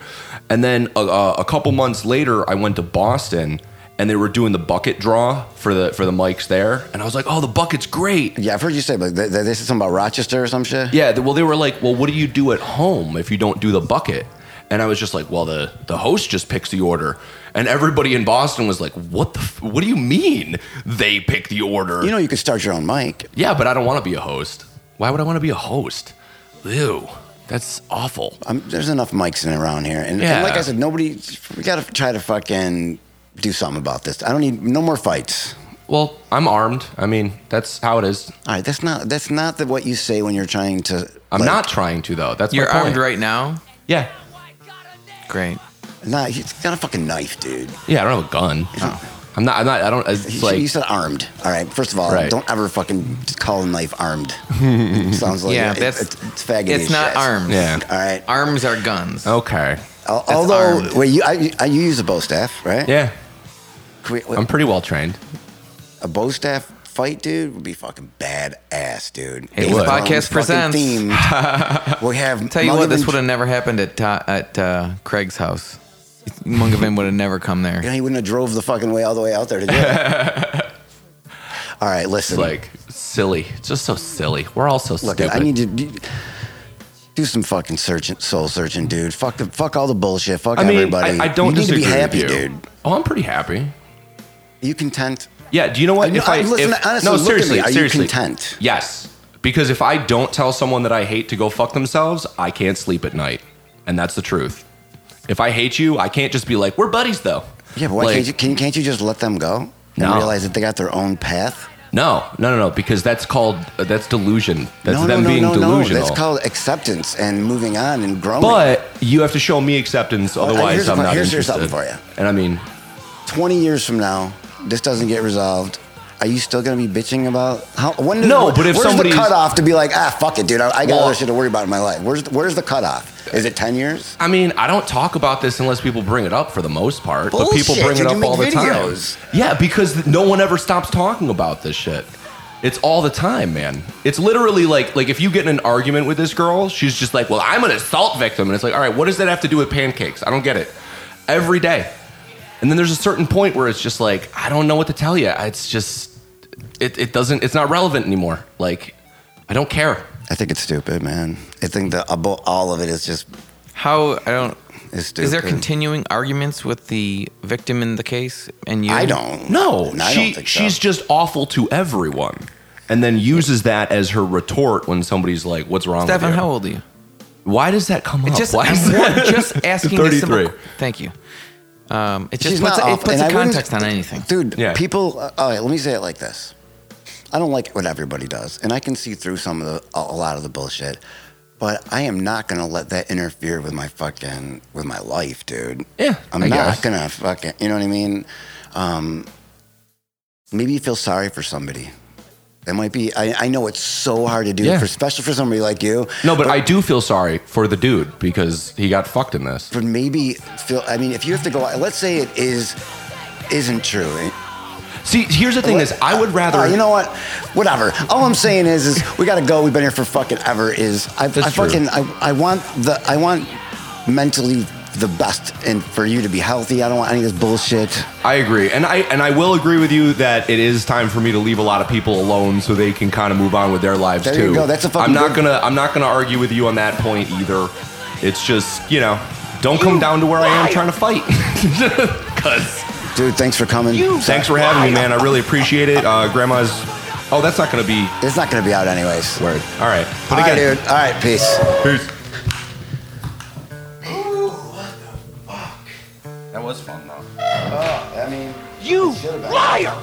Speaker 10: And then a, a a couple months later, I went to Boston, and they were doing the bucket draw for the for the mics there, and I was like, oh, the bucket's great.
Speaker 4: yeah, I've heard you say, but they, they said something about Rochester or some shit.
Speaker 10: Yeah, th- well, they were like, well, what do you do at home if you don't do the bucket? And I was just like, well, the, the host just picks the order. And everybody in Boston was like, what the, f- what do you mean they pick the order?
Speaker 4: You know, you could start your own mic.
Speaker 10: yeah, but I don't want to be a host. Why would I want to be a host? Ew, that's awful.
Speaker 4: I'm, there's enough mics in around here, and, and
Speaker 10: Yeah.
Speaker 4: like I said, nobody. We gotta try to fucking do something about this. I don't need no more fights.
Speaker 10: Well, I'm armed. I mean, that's how it is.
Speaker 4: All right, that's not that's not the, what you say when you're trying to.
Speaker 10: I'm
Speaker 4: like,
Speaker 10: not trying to, though. That's
Speaker 2: You're
Speaker 10: my point.
Speaker 2: armed right now.
Speaker 10: Yeah.
Speaker 2: Great.
Speaker 4: Nah, he's got a fucking knife, dude.
Speaker 10: Yeah, I don't have a gun. I'm not, I'm not, I don't, it's
Speaker 4: You-
Speaker 10: like,
Speaker 4: you Oh. said armed. All right. First of all,
Speaker 10: Right.
Speaker 4: don't ever fucking call a knife armed. It sounds like
Speaker 2: Yeah,
Speaker 4: it-
Speaker 2: that's-
Speaker 4: it's, it's faggoty
Speaker 2: It's
Speaker 4: as
Speaker 2: not
Speaker 4: shit.
Speaker 2: arms.
Speaker 10: yeah.
Speaker 4: All right.
Speaker 2: Arms are guns.
Speaker 10: Okay.
Speaker 4: Al- Although,
Speaker 2: armed.
Speaker 4: wait, you I, I, you use a bow staff, right?
Speaker 10: Yeah.
Speaker 4: Can we- wait,
Speaker 10: I'm pretty well trained.
Speaker 4: a bow staff fight, dude, would be fucking badass, dude.
Speaker 2: Hey,
Speaker 4: Based
Speaker 2: look.
Speaker 4: on
Speaker 2: Podcast
Speaker 4: fucking
Speaker 2: presents.
Speaker 4: themed. we have.
Speaker 2: Tell you what, this
Speaker 4: Muggerman-
Speaker 2: would have never happened at Ta- at uh, Craig's house. Mungavin would have never come there.
Speaker 4: Yeah, he wouldn't have drove the fucking way all the way out there to do it. all right, listen.
Speaker 10: It's like silly. It's just so silly. We're all so
Speaker 4: Look,
Speaker 10: stupid.
Speaker 4: I need to do, do some fucking searching, soul searching, dude. Fuck the, fuck all the bullshit. Fuck
Speaker 10: I mean,
Speaker 4: everybody.
Speaker 10: I, I don't
Speaker 4: you need to
Speaker 10: disagree
Speaker 4: be happy,
Speaker 10: with you.
Speaker 4: dude.
Speaker 10: Oh, I'm pretty happy.
Speaker 4: You content?
Speaker 10: Yeah. Do you know what?
Speaker 4: I know- I- listen,
Speaker 10: if-
Speaker 4: honestly,
Speaker 10: no,
Speaker 4: look at
Speaker 10: seriously,
Speaker 4: me. Are you
Speaker 10: seriously.
Speaker 4: content?
Speaker 10: Yes, because if I don't tell someone that I hate to go fuck themselves, I can't sleep at night, and that's the truth. If I hate you, I can't just be like, "We're buddies," though.
Speaker 4: Yeah, but why
Speaker 10: Like-
Speaker 4: can't you? Can, can't you just let them go and
Speaker 10: No.
Speaker 4: realize that they got their own path?
Speaker 10: No, no, no, no. Because that's called uh, that's delusion. That's
Speaker 4: no,
Speaker 10: them
Speaker 4: no, no,
Speaker 10: being
Speaker 4: no,
Speaker 10: delusional.
Speaker 4: no. That's called acceptance and moving on and growing.
Speaker 10: but you have to show me acceptance,
Speaker 4: I-
Speaker 10: otherwise
Speaker 4: here's a
Speaker 10: I'm
Speaker 4: fu-
Speaker 10: not
Speaker 4: here's- here's
Speaker 10: interested.
Speaker 4: something for you.
Speaker 10: And I mean,
Speaker 4: twenty years from now, this doesn't get resolved. Are you still gonna be bitching about how? When does,
Speaker 10: No,
Speaker 4: where-
Speaker 10: but if
Speaker 4: where's
Speaker 10: somebody's-
Speaker 4: the cutoff to be like, ah, fuck it, dude, I, I got
Speaker 10: Well-
Speaker 4: other shit to worry about in my life. Where's where's the cutoff? Is it ten years?
Speaker 10: I mean, I don't talk about this unless people bring it up for the most part, but people
Speaker 4: Bullshit,
Speaker 10: bring it
Speaker 4: dude, you
Speaker 10: up
Speaker 4: make
Speaker 10: all the
Speaker 4: videos.
Speaker 10: time. Yeah, because no one ever stops talking about this shit. It's all the time, man. It's literally like like if you get in an argument with this girl, she's just like, "Well, I'm an assault victim." And it's like, "All right, what does that have to do with pancakes?" I don't get it. Every day. And then there's a certain point where it's just like, "I don't know what to tell you." It's just it it doesn't it's not relevant anymore. Like I don't care.
Speaker 4: I think it's stupid, man. I think that abo- all of it is just
Speaker 2: How I don't.
Speaker 4: is stupid.
Speaker 2: Is there continuing arguments with the victim in the case? And you?
Speaker 4: I don't.
Speaker 10: No,
Speaker 4: I
Speaker 10: she,
Speaker 4: don't think so.
Speaker 10: she's just awful to everyone, and then uses that as her retort when somebody's like, "What's wrong?"
Speaker 2: Stefan,
Speaker 10: with you?
Speaker 2: how old are you?
Speaker 10: Why does that come up?
Speaker 2: Just,
Speaker 10: Why
Speaker 2: I'm
Speaker 10: is that-
Speaker 2: just asking. a simple-
Speaker 10: 33.
Speaker 2: Thank you. Um, it just
Speaker 4: She's
Speaker 2: puts
Speaker 4: not
Speaker 2: a, it
Speaker 4: awful,
Speaker 2: puts
Speaker 4: and
Speaker 2: a
Speaker 4: I wouldn't-
Speaker 2: context on anything.
Speaker 4: Dude,
Speaker 10: Yeah.
Speaker 4: people. Uh, all right, let me say it like this. I don't like what everybody does, and I can see through some of the a, a lot of the bullshit. But I am not gonna let that interfere with my fucking with my life, dude.
Speaker 10: Yeah,
Speaker 4: I'm
Speaker 10: I
Speaker 4: not
Speaker 10: guess.
Speaker 4: gonna fucking. You know what I mean? Um, maybe you feel sorry for somebody. That might be. I, I know it's so hard to do,
Speaker 10: Yeah.
Speaker 4: for, especially for somebody like you.
Speaker 10: No, but I do feel sorry for the dude because he got fucked in this.
Speaker 4: But maybe feel. I mean, if you have to go, out- let's say it is isn't true. and-
Speaker 10: See, here's the thing: is I would rather
Speaker 4: Oh, you know what? Whatever. All I'm saying is, is we gotta go. We've been here for fucking ever. Is I,
Speaker 10: That's
Speaker 4: I fucking I, I want the I want mentally the best and for you to be healthy. I don't want any of this bullshit.
Speaker 10: I agree, and I and I will agree with you that it is time for me to leave a lot of people alone so they can kind of move on with their lives
Speaker 4: There
Speaker 10: too.
Speaker 4: you go. That's a fucking
Speaker 10: I'm not
Speaker 4: good-
Speaker 10: gonna I'm not gonna argue with you on that point either. It's just you know don't come down to where I am trying to fight. Cause
Speaker 4: dude, thanks for coming.
Speaker 10: Thanks for having me, man. I really appreciate it. Uh, grandma's. Oh, that's not gonna be.
Speaker 4: It's not gonna be out anyways.
Speaker 10: Word. All right.
Speaker 4: All right, dude. All right, peace.
Speaker 10: Peace. That was fun though.
Speaker 4: I mean,
Speaker 5: You liar!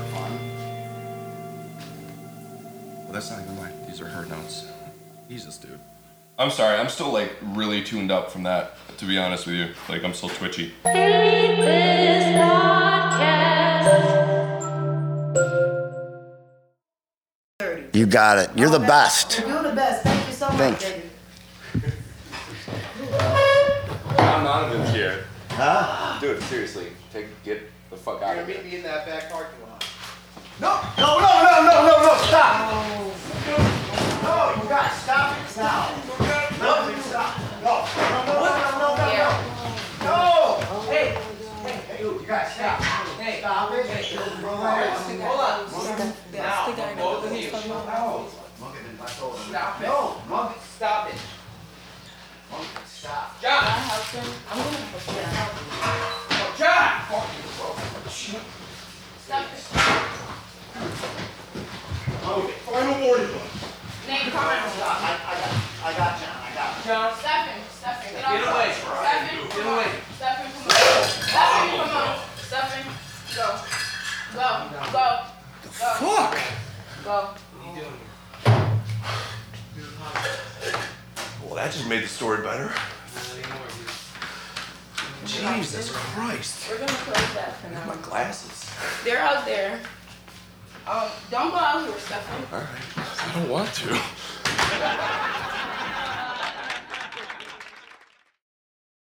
Speaker 10: Well, that's not even mine. These are her notes. Jesus, dude. I'm sorry. I'm still like really tuned up from that. To be honest with you, like I'm still twitchy.
Speaker 4: You got it. You're the best.
Speaker 3: You're the best. Thank you so
Speaker 4: Thanks.
Speaker 3: baby.
Speaker 10: I'm out of here.
Speaker 13: Ah.
Speaker 10: Huh? Dude, seriously, take get the fuck out of here.
Speaker 11: in that back parking lot.
Speaker 5: No, no, no, no, no, no, stop! No, you guys, stop it now. No, you stop. No, no, no, no, no, no, no. No! Hey, hey, hey, you guys, stop. Hey, stop it. Relax. Hold on. Now, both of you. No. Stop it. No, Monk, stop it. Monk, stop. John! I'm gonna help you. John! Fuck you, bro. Stop this. Okay, final warning.
Speaker 11: Name, come on.
Speaker 5: I, I got, I got John. I got
Speaker 11: John. Stefan, Stefan, get off.
Speaker 5: Get away,
Speaker 11: Stefan, get away. Stefan, come on. Stefan, come on. Stefan, go. Go, go. The fuck? Go.
Speaker 13: Well, that just made the story better. Jesus Christ.
Speaker 11: We're gonna close that for now.
Speaker 13: My glasses.
Speaker 11: They're out there. Um, don't go out here, Stefan.
Speaker 13: All right. I don't want to.